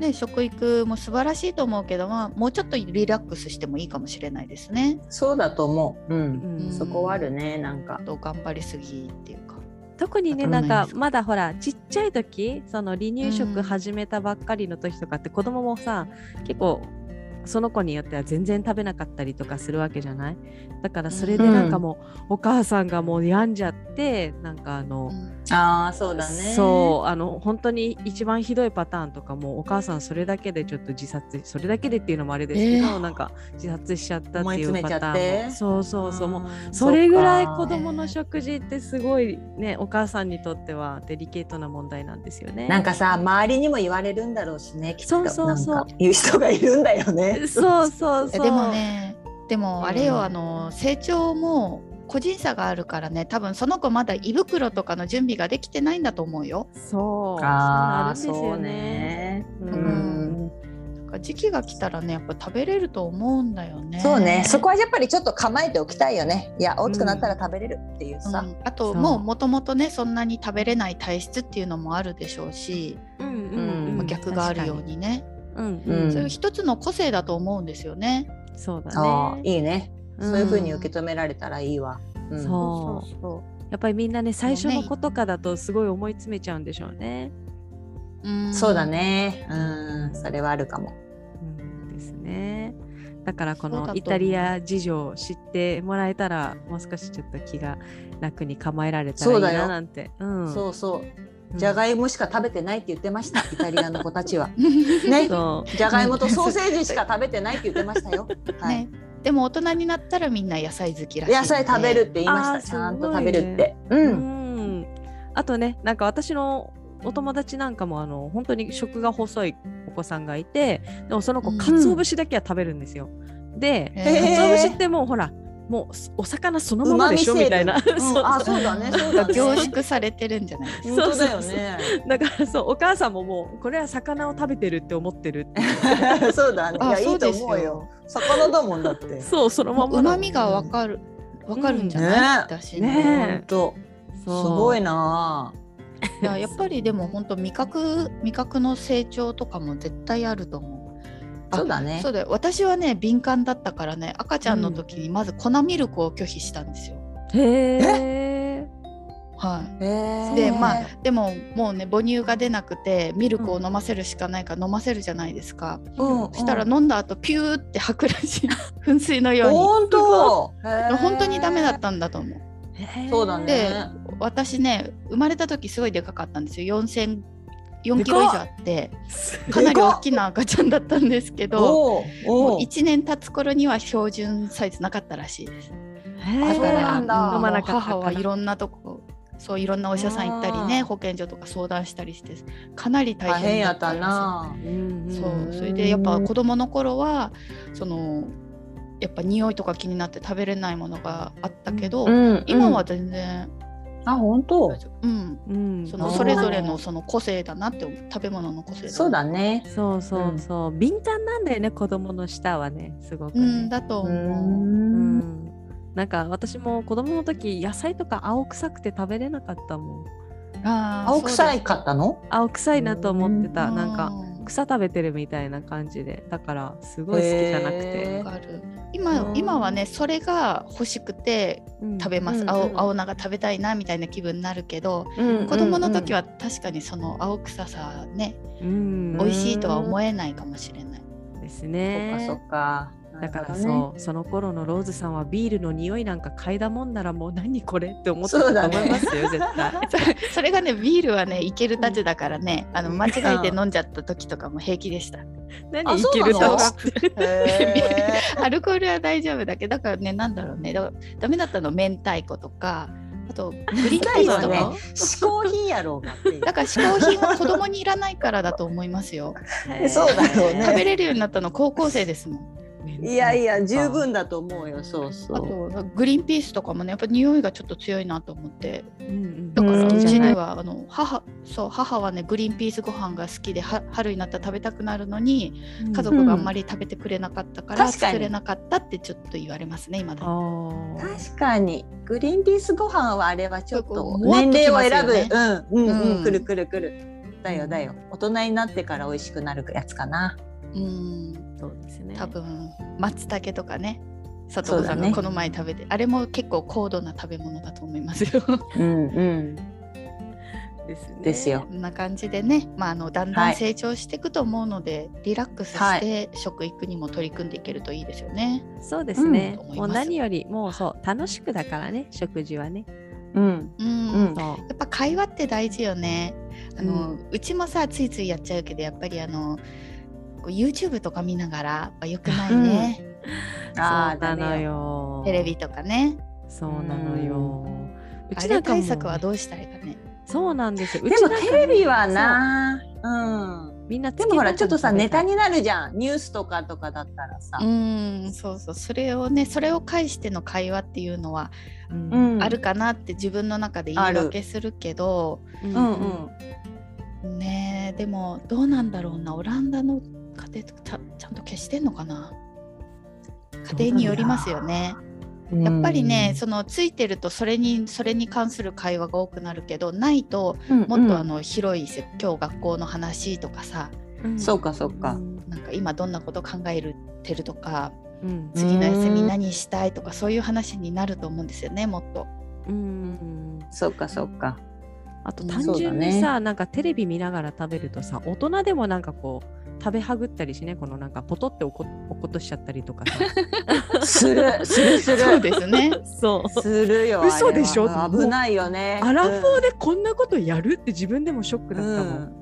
[SPEAKER 2] ね、食育も素晴らしいと思うけど、まあ、もうちょっとリラックスしてもいいかもしれないですね。
[SPEAKER 3] そうだと思う。うん。
[SPEAKER 1] うん
[SPEAKER 3] そこはあるねなんか
[SPEAKER 2] ちょっ。と頑張りすぎっていうか。
[SPEAKER 1] 特にね
[SPEAKER 2] わ
[SPEAKER 1] な
[SPEAKER 2] か
[SPEAKER 1] ん
[SPEAKER 2] んない
[SPEAKER 1] か
[SPEAKER 2] です
[SPEAKER 1] まだほらちっちゃい時その離乳
[SPEAKER 2] う
[SPEAKER 1] 食
[SPEAKER 2] ん
[SPEAKER 1] 始めたばっかりの時とかって子供もさ結構その子によっては全然食べなかったりとかするわけじゃないだからそれでなんかもう、お母さんがもう病んじゃってなんかあの、
[SPEAKER 2] うん
[SPEAKER 3] ああそうだね。
[SPEAKER 1] そうあの本当に一番ひどいパターンとかもお母さんそれだけでちょっと自殺それだけでっていうのもあれですけど、
[SPEAKER 2] えー
[SPEAKER 1] なんか自殺しちゃったって
[SPEAKER 3] 燃え
[SPEAKER 1] いう
[SPEAKER 3] 詰めちゃ
[SPEAKER 1] パ
[SPEAKER 3] って
[SPEAKER 1] ターンもそうそうそうもう
[SPEAKER 3] あー
[SPEAKER 1] それぐらい
[SPEAKER 3] そっ
[SPEAKER 1] 子
[SPEAKER 3] か
[SPEAKER 1] 供の食事ってすごいねお母さんにとってはデリケートな問題なんですよね。
[SPEAKER 3] なんかさ周りにも言われるんだろうしねきっ
[SPEAKER 1] そう
[SPEAKER 3] と
[SPEAKER 1] そうそう
[SPEAKER 3] なんか言う人がいるんだよね。
[SPEAKER 1] そうそう
[SPEAKER 2] え
[SPEAKER 1] そう。
[SPEAKER 2] でもねでもあれよ、
[SPEAKER 3] うん
[SPEAKER 2] あの成長も個人差があるからね多分その子まだ胃袋とかの準備ができてないんだと思うよ
[SPEAKER 1] そう。
[SPEAKER 3] ああ
[SPEAKER 1] そうな
[SPEAKER 3] そう
[SPEAKER 1] るんですよね。
[SPEAKER 3] ね。
[SPEAKER 1] う
[SPEAKER 3] うん
[SPEAKER 2] だ
[SPEAKER 3] ん。
[SPEAKER 2] から時期が来たらねやっぱ食べれると思うんだよね
[SPEAKER 3] そうね。そこはやっぱりちょっと構えておきたいよね。いや大きくなったら食べれるっていう
[SPEAKER 2] う
[SPEAKER 3] さ。
[SPEAKER 2] ん、あ
[SPEAKER 1] そ
[SPEAKER 2] と
[SPEAKER 1] う
[SPEAKER 2] もうもともとねそんなに食べれない体質っていうのもあるでしょうし、
[SPEAKER 1] うん
[SPEAKER 3] うん
[SPEAKER 2] まあ逆があるよう。にね、
[SPEAKER 1] うん
[SPEAKER 3] う
[SPEAKER 1] うん
[SPEAKER 2] そういう一つの個性だと思うんですよね。
[SPEAKER 1] そうだ
[SPEAKER 3] ああ
[SPEAKER 1] ね。
[SPEAKER 3] いいね。
[SPEAKER 1] ん
[SPEAKER 3] そういう風に受け止められたらいいわ。うん
[SPEAKER 1] そう
[SPEAKER 2] そうそ
[SPEAKER 1] やっぱりみんなね最初の子とかだとすごい思い詰めちゃうんでしょうね。
[SPEAKER 2] ううん
[SPEAKER 3] そう だね。うん、それはあるかも。
[SPEAKER 1] うんですね。だからこ
[SPEAKER 2] そうだと
[SPEAKER 1] の
[SPEAKER 2] 思う
[SPEAKER 1] イタリア事情を知ってもらえたらもう少しちょっと気が楽に構えられたらいい
[SPEAKER 3] そうだ
[SPEAKER 1] な
[SPEAKER 3] よ
[SPEAKER 1] なんて。うん
[SPEAKER 3] そうそう。
[SPEAKER 1] うん
[SPEAKER 3] じゃがいもしか食べてないって言って ました。イタリアの子たちは。ね。
[SPEAKER 1] そ
[SPEAKER 3] じゃがいもとソーセージしか食べてないって言ってましたよ。はい
[SPEAKER 2] ね。、でも大人になったらみんな野菜好きらしいの
[SPEAKER 3] 野
[SPEAKER 2] で
[SPEAKER 3] 菜食べるって言いまし
[SPEAKER 1] あー
[SPEAKER 3] た。ちゃん
[SPEAKER 1] すご
[SPEAKER 3] と
[SPEAKER 1] い
[SPEAKER 3] 食
[SPEAKER 1] ね
[SPEAKER 3] べるって。
[SPEAKER 1] う。う
[SPEAKER 3] うん。
[SPEAKER 1] ん。あとね、なんか私のお友達なんかもあの本当に食が細いお子さんがいて、でもその子
[SPEAKER 2] うん
[SPEAKER 1] 鰹節だけは食べるんですよ。で、
[SPEAKER 2] へ
[SPEAKER 3] えー
[SPEAKER 1] 鰹節ってもうほら、もうお魚そのままでしょ
[SPEAKER 3] 旨味成分
[SPEAKER 1] みたいな。
[SPEAKER 3] うん
[SPEAKER 1] そう
[SPEAKER 3] あ、そうだね。そうだね。
[SPEAKER 2] 凝縮されてるんじゃないですか。
[SPEAKER 3] 本
[SPEAKER 1] そう
[SPEAKER 3] 当
[SPEAKER 1] そう
[SPEAKER 3] だよね。
[SPEAKER 1] だからそうお母さんももうこれは魚を食べてるって思ってるって
[SPEAKER 3] そうだね。いやい
[SPEAKER 2] そ
[SPEAKER 3] いうと
[SPEAKER 2] です
[SPEAKER 3] 思うよ。。魚だもんだって。
[SPEAKER 1] そうそのまま
[SPEAKER 2] う
[SPEAKER 1] だ
[SPEAKER 2] まみがわかる。わかるんじゃ
[SPEAKER 3] うん
[SPEAKER 2] ない、
[SPEAKER 3] ね
[SPEAKER 2] だし
[SPEAKER 1] ね
[SPEAKER 3] 本当。す
[SPEAKER 1] そう
[SPEAKER 3] ごいなあ。
[SPEAKER 2] いややっぱりでも本当味覚味覚の成長とかも絶対あると思う。あ
[SPEAKER 3] そうだね
[SPEAKER 2] そうだよ。私はね敏感だったからね赤ちゃんの時にまず粉ミルクを拒否したんですよ。
[SPEAKER 1] へえ
[SPEAKER 2] はい。
[SPEAKER 3] へ
[SPEAKER 2] で
[SPEAKER 3] え
[SPEAKER 2] まあでももうね母乳が出なくてミルクを飲ませるしかないから飲ませるじゃないですか。
[SPEAKER 3] うん
[SPEAKER 2] そしたら飲んだ後ピューって吐くらしい噴水のように。
[SPEAKER 3] 本当。
[SPEAKER 2] 本当にダメだ
[SPEAKER 3] た
[SPEAKER 2] ったんだと思う。
[SPEAKER 3] そうだ
[SPEAKER 2] で
[SPEAKER 3] ね。
[SPEAKER 2] 私ね生まれた時すごいでかかったんですよ4 0 4キロ以上あってかなり大きな赤ちゃんだったんですけど
[SPEAKER 3] おう
[SPEAKER 2] も
[SPEAKER 3] お
[SPEAKER 2] う
[SPEAKER 3] う
[SPEAKER 2] 1年経つ頃には標準サイズなかったらしいです
[SPEAKER 1] へ
[SPEAKER 3] あ
[SPEAKER 1] え
[SPEAKER 3] そうなんだ
[SPEAKER 2] も
[SPEAKER 1] 飲
[SPEAKER 2] う
[SPEAKER 1] まなかった
[SPEAKER 2] 母はいろんなとこそういろんなお医者さん行ったり
[SPEAKER 3] あ
[SPEAKER 2] ね
[SPEAKER 3] ー
[SPEAKER 2] 保健所とか相談したりしてかなり大
[SPEAKER 3] 大変
[SPEAKER 2] 変だ
[SPEAKER 3] や
[SPEAKER 2] っ
[SPEAKER 3] った
[SPEAKER 2] たら
[SPEAKER 3] な。
[SPEAKER 1] うん
[SPEAKER 2] しい
[SPEAKER 1] うん
[SPEAKER 2] そうそれでやっぱ子供の頃はそのやっぱ匂いとか気になって食べれないものがあったけど、
[SPEAKER 3] ん
[SPEAKER 2] 今は全然
[SPEAKER 3] あ本当
[SPEAKER 2] 大。丈夫、うん、
[SPEAKER 1] うん
[SPEAKER 2] そ
[SPEAKER 3] あ
[SPEAKER 2] の
[SPEAKER 3] ー
[SPEAKER 2] それぞれのその個性だなって思う食べ物の個性だな
[SPEAKER 3] そうだね。
[SPEAKER 1] そうそうそう、敏感なんだよね子供の舌はねすごく
[SPEAKER 2] う
[SPEAKER 1] ね、
[SPEAKER 2] んだと
[SPEAKER 3] う。
[SPEAKER 2] 思う。
[SPEAKER 1] うんなんか私も子供の時野菜とか青臭くて食べれなかったもん
[SPEAKER 2] あー
[SPEAKER 3] 青臭いかったの？
[SPEAKER 1] 青臭いなと思ってた
[SPEAKER 2] そうです
[SPEAKER 1] なんか
[SPEAKER 2] う
[SPEAKER 1] 草食べてるみたいな感じでだからすごい好きじゃなく
[SPEAKER 3] へ
[SPEAKER 1] て
[SPEAKER 2] んわかる今、
[SPEAKER 3] うん
[SPEAKER 2] 今はねそれが欲しくて食べます、
[SPEAKER 3] うん
[SPEAKER 2] 青
[SPEAKER 3] うん
[SPEAKER 2] 青菜が食べたいなみたいな気分になるけど、
[SPEAKER 3] 子
[SPEAKER 2] 子供の時は確かにその青臭さね、
[SPEAKER 1] うん
[SPEAKER 2] 美味しいとは思えないかもしれない。
[SPEAKER 1] です
[SPEAKER 3] そっか
[SPEAKER 1] ね
[SPEAKER 3] そっか。
[SPEAKER 1] だから
[SPEAKER 4] なるほどね
[SPEAKER 1] そうその頃のローズさんはビールの匂いなんか嗅いだもんならもう何これって思った
[SPEAKER 3] そう
[SPEAKER 1] と
[SPEAKER 3] だね
[SPEAKER 1] 思いますよ、絶対。
[SPEAKER 2] それがねビールはねいけるたちだからねあの間違えて飲んじゃった時とかも平気でした
[SPEAKER 1] 何
[SPEAKER 3] あ
[SPEAKER 1] い
[SPEAKER 3] そう
[SPEAKER 1] け
[SPEAKER 3] な
[SPEAKER 1] る
[SPEAKER 3] の
[SPEAKER 1] と思って。
[SPEAKER 3] へ
[SPEAKER 2] アルコールは大丈夫だけどだからねなんだろうねだからダメだったの明太子とかあとグリーンピースとか
[SPEAKER 3] 明太子はねー嗜好品やろうがっていう
[SPEAKER 2] だから嗜好品は子供にいらないからだと思いますよ
[SPEAKER 3] えそうだろうね
[SPEAKER 2] 食べれるようになったの高校生ですもん
[SPEAKER 3] いやいや十分だと思うよそうそ
[SPEAKER 2] あ
[SPEAKER 3] う
[SPEAKER 2] とグリーンピースとかもねやっぱ匂いがちょっと強いなと思って
[SPEAKER 1] うんう
[SPEAKER 2] だ
[SPEAKER 1] ん。
[SPEAKER 2] から
[SPEAKER 4] うん好
[SPEAKER 2] う
[SPEAKER 4] き
[SPEAKER 2] ち
[SPEAKER 4] じゃない
[SPEAKER 2] ではあの母そう母はねグリーンピースご飯が好きでは春になったら食べたくなるのに家族があんまり食べてくれなかったから、
[SPEAKER 3] うん確かに
[SPEAKER 2] 作れなかったってちょっと言われますね今だと
[SPEAKER 1] ああ。
[SPEAKER 3] 確かにグリーンピースご飯はあれはちょっ
[SPEAKER 2] ちょっ
[SPEAKER 3] と
[SPEAKER 2] ともわっと
[SPEAKER 3] 年
[SPEAKER 2] きま
[SPEAKER 3] 齢
[SPEAKER 2] す
[SPEAKER 3] を選
[SPEAKER 2] よ
[SPEAKER 3] ぶ、
[SPEAKER 2] ね
[SPEAKER 3] うんうんう
[SPEAKER 2] うんん
[SPEAKER 3] くるくるくるだよだよ大人になってから美味しくなるやつかな
[SPEAKER 2] うん
[SPEAKER 1] そうですね。
[SPEAKER 2] 多分松茸とかね佐藤
[SPEAKER 3] そ
[SPEAKER 2] さ
[SPEAKER 3] うんだね
[SPEAKER 2] がこの前食べて、あれも結構高度な食べ物だと思いますよ。
[SPEAKER 3] うんうん
[SPEAKER 1] ですね
[SPEAKER 3] ですよ
[SPEAKER 2] こんな感じでね、まあ、あのだんだ
[SPEAKER 3] は
[SPEAKER 2] ん
[SPEAKER 3] い
[SPEAKER 2] 成長していくと思うので、リラックス
[SPEAKER 3] は
[SPEAKER 2] して食育にも取り組んでいけるといいですよね。
[SPEAKER 1] そうですね
[SPEAKER 2] うん。
[SPEAKER 1] もう何よりもうそう楽しくだからね食事はね。
[SPEAKER 3] うん
[SPEAKER 2] うん
[SPEAKER 3] うん
[SPEAKER 1] そ
[SPEAKER 2] やっぱ会話って大事よね。あの、
[SPEAKER 3] う
[SPEAKER 2] うちもさついついやっちゃうけどやっぱりあのこう YouTube とか見ながらやっぱ良くないね、
[SPEAKER 1] う。
[SPEAKER 3] あ
[SPEAKER 1] そ
[SPEAKER 3] ー
[SPEAKER 1] うな
[SPEAKER 3] ダ
[SPEAKER 1] の
[SPEAKER 3] メよ
[SPEAKER 1] よ。
[SPEAKER 2] テレビとかね。
[SPEAKER 1] そうなのよ。う
[SPEAKER 2] あ
[SPEAKER 1] ち
[SPEAKER 2] れ
[SPEAKER 1] なんかも
[SPEAKER 2] 対策はどうしたらいいかね。
[SPEAKER 1] そうなんですよ。う
[SPEAKER 3] で
[SPEAKER 1] ちな
[SPEAKER 3] も
[SPEAKER 1] んか
[SPEAKER 3] テレビはなうん
[SPEAKER 1] みんな
[SPEAKER 3] でもほらちょっとさネタになるじゃんニュースとかとかだったらさ、
[SPEAKER 2] うん、そうそう、それをね、それを介しての会話っていうのは
[SPEAKER 1] うん
[SPEAKER 2] あるかなって自分の中で言い訳するけど、
[SPEAKER 1] う
[SPEAKER 3] うんうんん
[SPEAKER 2] ねえでもどうなんだろうなオランダの家庭とかちゃんちゃんと消してんのかな家庭によりますよねやっぱりね、そのついてるとそれにそれに関する会話が多くなるけどないともっとあの広いせ今日学校の話とかさ
[SPEAKER 1] うん
[SPEAKER 3] そうかそうか
[SPEAKER 2] なんか今どんなこと考えてるとか
[SPEAKER 1] うん
[SPEAKER 2] 次の休み何したいとかそういう話になると思うんですよねもっと。
[SPEAKER 1] うん
[SPEAKER 3] そうかそうか
[SPEAKER 1] あと
[SPEAKER 2] うん
[SPEAKER 1] 単純にさ、なんかテレビ見ながら食べるとさ大人でもなんかこう食べはぐったりしねこのなんかポトっておこ落っことしちゃったりとか
[SPEAKER 3] するするする
[SPEAKER 2] そうですね
[SPEAKER 1] さ そう
[SPEAKER 3] するよあれは
[SPEAKER 1] 嘘でしょ
[SPEAKER 3] 危ないよね
[SPEAKER 1] アラフォーでこんなことやるって自分でもショックだったもん、
[SPEAKER 3] うん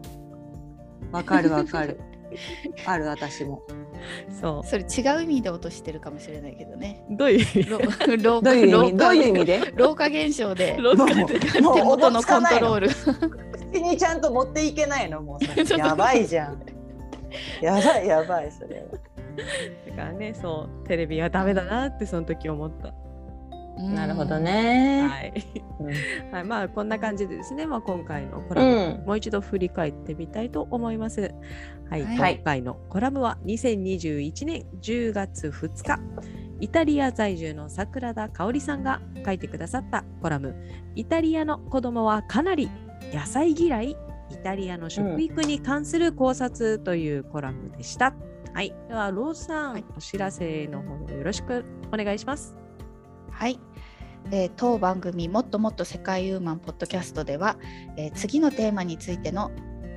[SPEAKER 3] わ かるわかるある私も
[SPEAKER 1] そ
[SPEAKER 2] それ違う意味で落としてるかもしれないけどね。
[SPEAKER 1] うどういう意味
[SPEAKER 2] 老 老
[SPEAKER 3] どう
[SPEAKER 2] 化
[SPEAKER 3] いう意
[SPEAKER 2] 老
[SPEAKER 3] 味どういう意味
[SPEAKER 2] 化
[SPEAKER 3] で
[SPEAKER 2] 老化現象で
[SPEAKER 1] 老化
[SPEAKER 3] も
[SPEAKER 2] 手
[SPEAKER 3] もう
[SPEAKER 2] 元のコントロール
[SPEAKER 3] 口にちゃんと持っていけないのもう
[SPEAKER 2] ちょっと
[SPEAKER 3] さやばいじゃんやばいやばいそれは
[SPEAKER 1] だからねそうテレビはダメだなってその時思った、
[SPEAKER 3] なるほど。
[SPEAKER 2] うん
[SPEAKER 3] ね、
[SPEAKER 1] はい
[SPEAKER 3] う
[SPEAKER 1] はいまあこんな感じでですね、まあ、今回のコラム
[SPEAKER 3] ん、
[SPEAKER 1] もう一度振り返ってみたいと思います。はい、
[SPEAKER 2] はい
[SPEAKER 1] 今回のコラムは2021年10月2日、イタリア在住の桜田香織さんが書いてくださったコラム、イタリアの子供はかなり野菜嫌い、イタリアの食育に関する考察というコラムでした。はい、ではローズさん、
[SPEAKER 2] はい
[SPEAKER 1] お知らせの方よろしくお願いします。
[SPEAKER 2] はい、えー当番組「もっともっと世界ユーマン」ポッドキャストでは、えー次のテーマについての、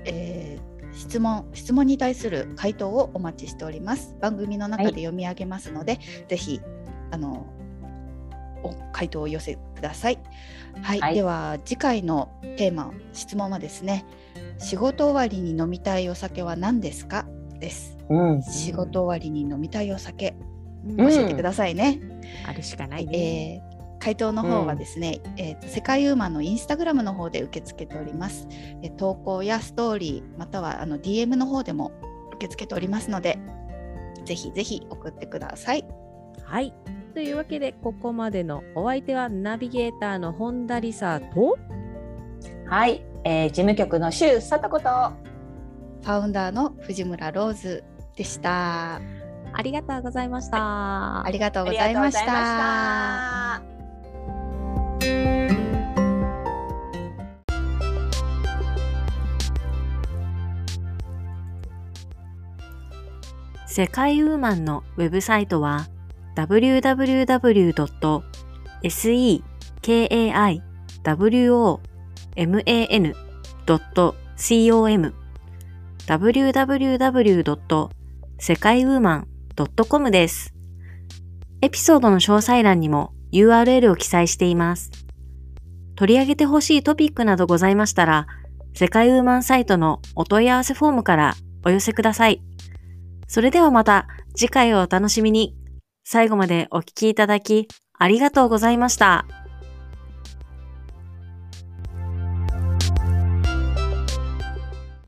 [SPEAKER 2] えー質問質問に対する回答をお待ちしております。番組の中で読み上げますので、ぜひあのお回答をお寄せください。はい、
[SPEAKER 3] はい
[SPEAKER 2] では次回のテーマ質問はですね。仕事終わりに飲みたいお酒は何ですかです。
[SPEAKER 3] うん、
[SPEAKER 2] 仕事終わりに飲みたいお酒
[SPEAKER 1] うん
[SPEAKER 2] 教えてくださいね。
[SPEAKER 1] あるしかな
[SPEAKER 2] はいい、
[SPEAKER 1] ね。
[SPEAKER 2] えー回答の方はですね、えーと世界ウーマンのインスタグラムの方で受け付けております。えー投稿やストーリーまたはあの DM の方でも受け付けておりますので、ぜひぜひ送ってください。
[SPEAKER 1] はい。というわけで、ここまでのお相手はナビゲーターの本田理沙と、
[SPEAKER 3] はい、えー、事務局の周さとこと
[SPEAKER 2] ファウンダーの藤村ローズでした。
[SPEAKER 1] ありがとうございました。
[SPEAKER 2] ありがとう
[SPEAKER 3] あ
[SPEAKER 2] ご
[SPEAKER 3] り
[SPEAKER 2] ざ
[SPEAKER 3] が
[SPEAKER 2] い
[SPEAKER 3] とうご
[SPEAKER 2] ま
[SPEAKER 3] ざ
[SPEAKER 2] し
[SPEAKER 3] いま
[SPEAKER 2] た。
[SPEAKER 3] した。
[SPEAKER 5] 世界ウーマンのウェブサイトは www.sekaiwoman.com www. 世界ウーマン .com です。エピソードの詳細欄にも URL を記載しています。取り上げてほしいトピックなどございましたら、世界ウーマンサイトのお問い合わせフォームからお寄せください。それではまた次回をお楽しみに。最後までお聞きいただきありがとうございました。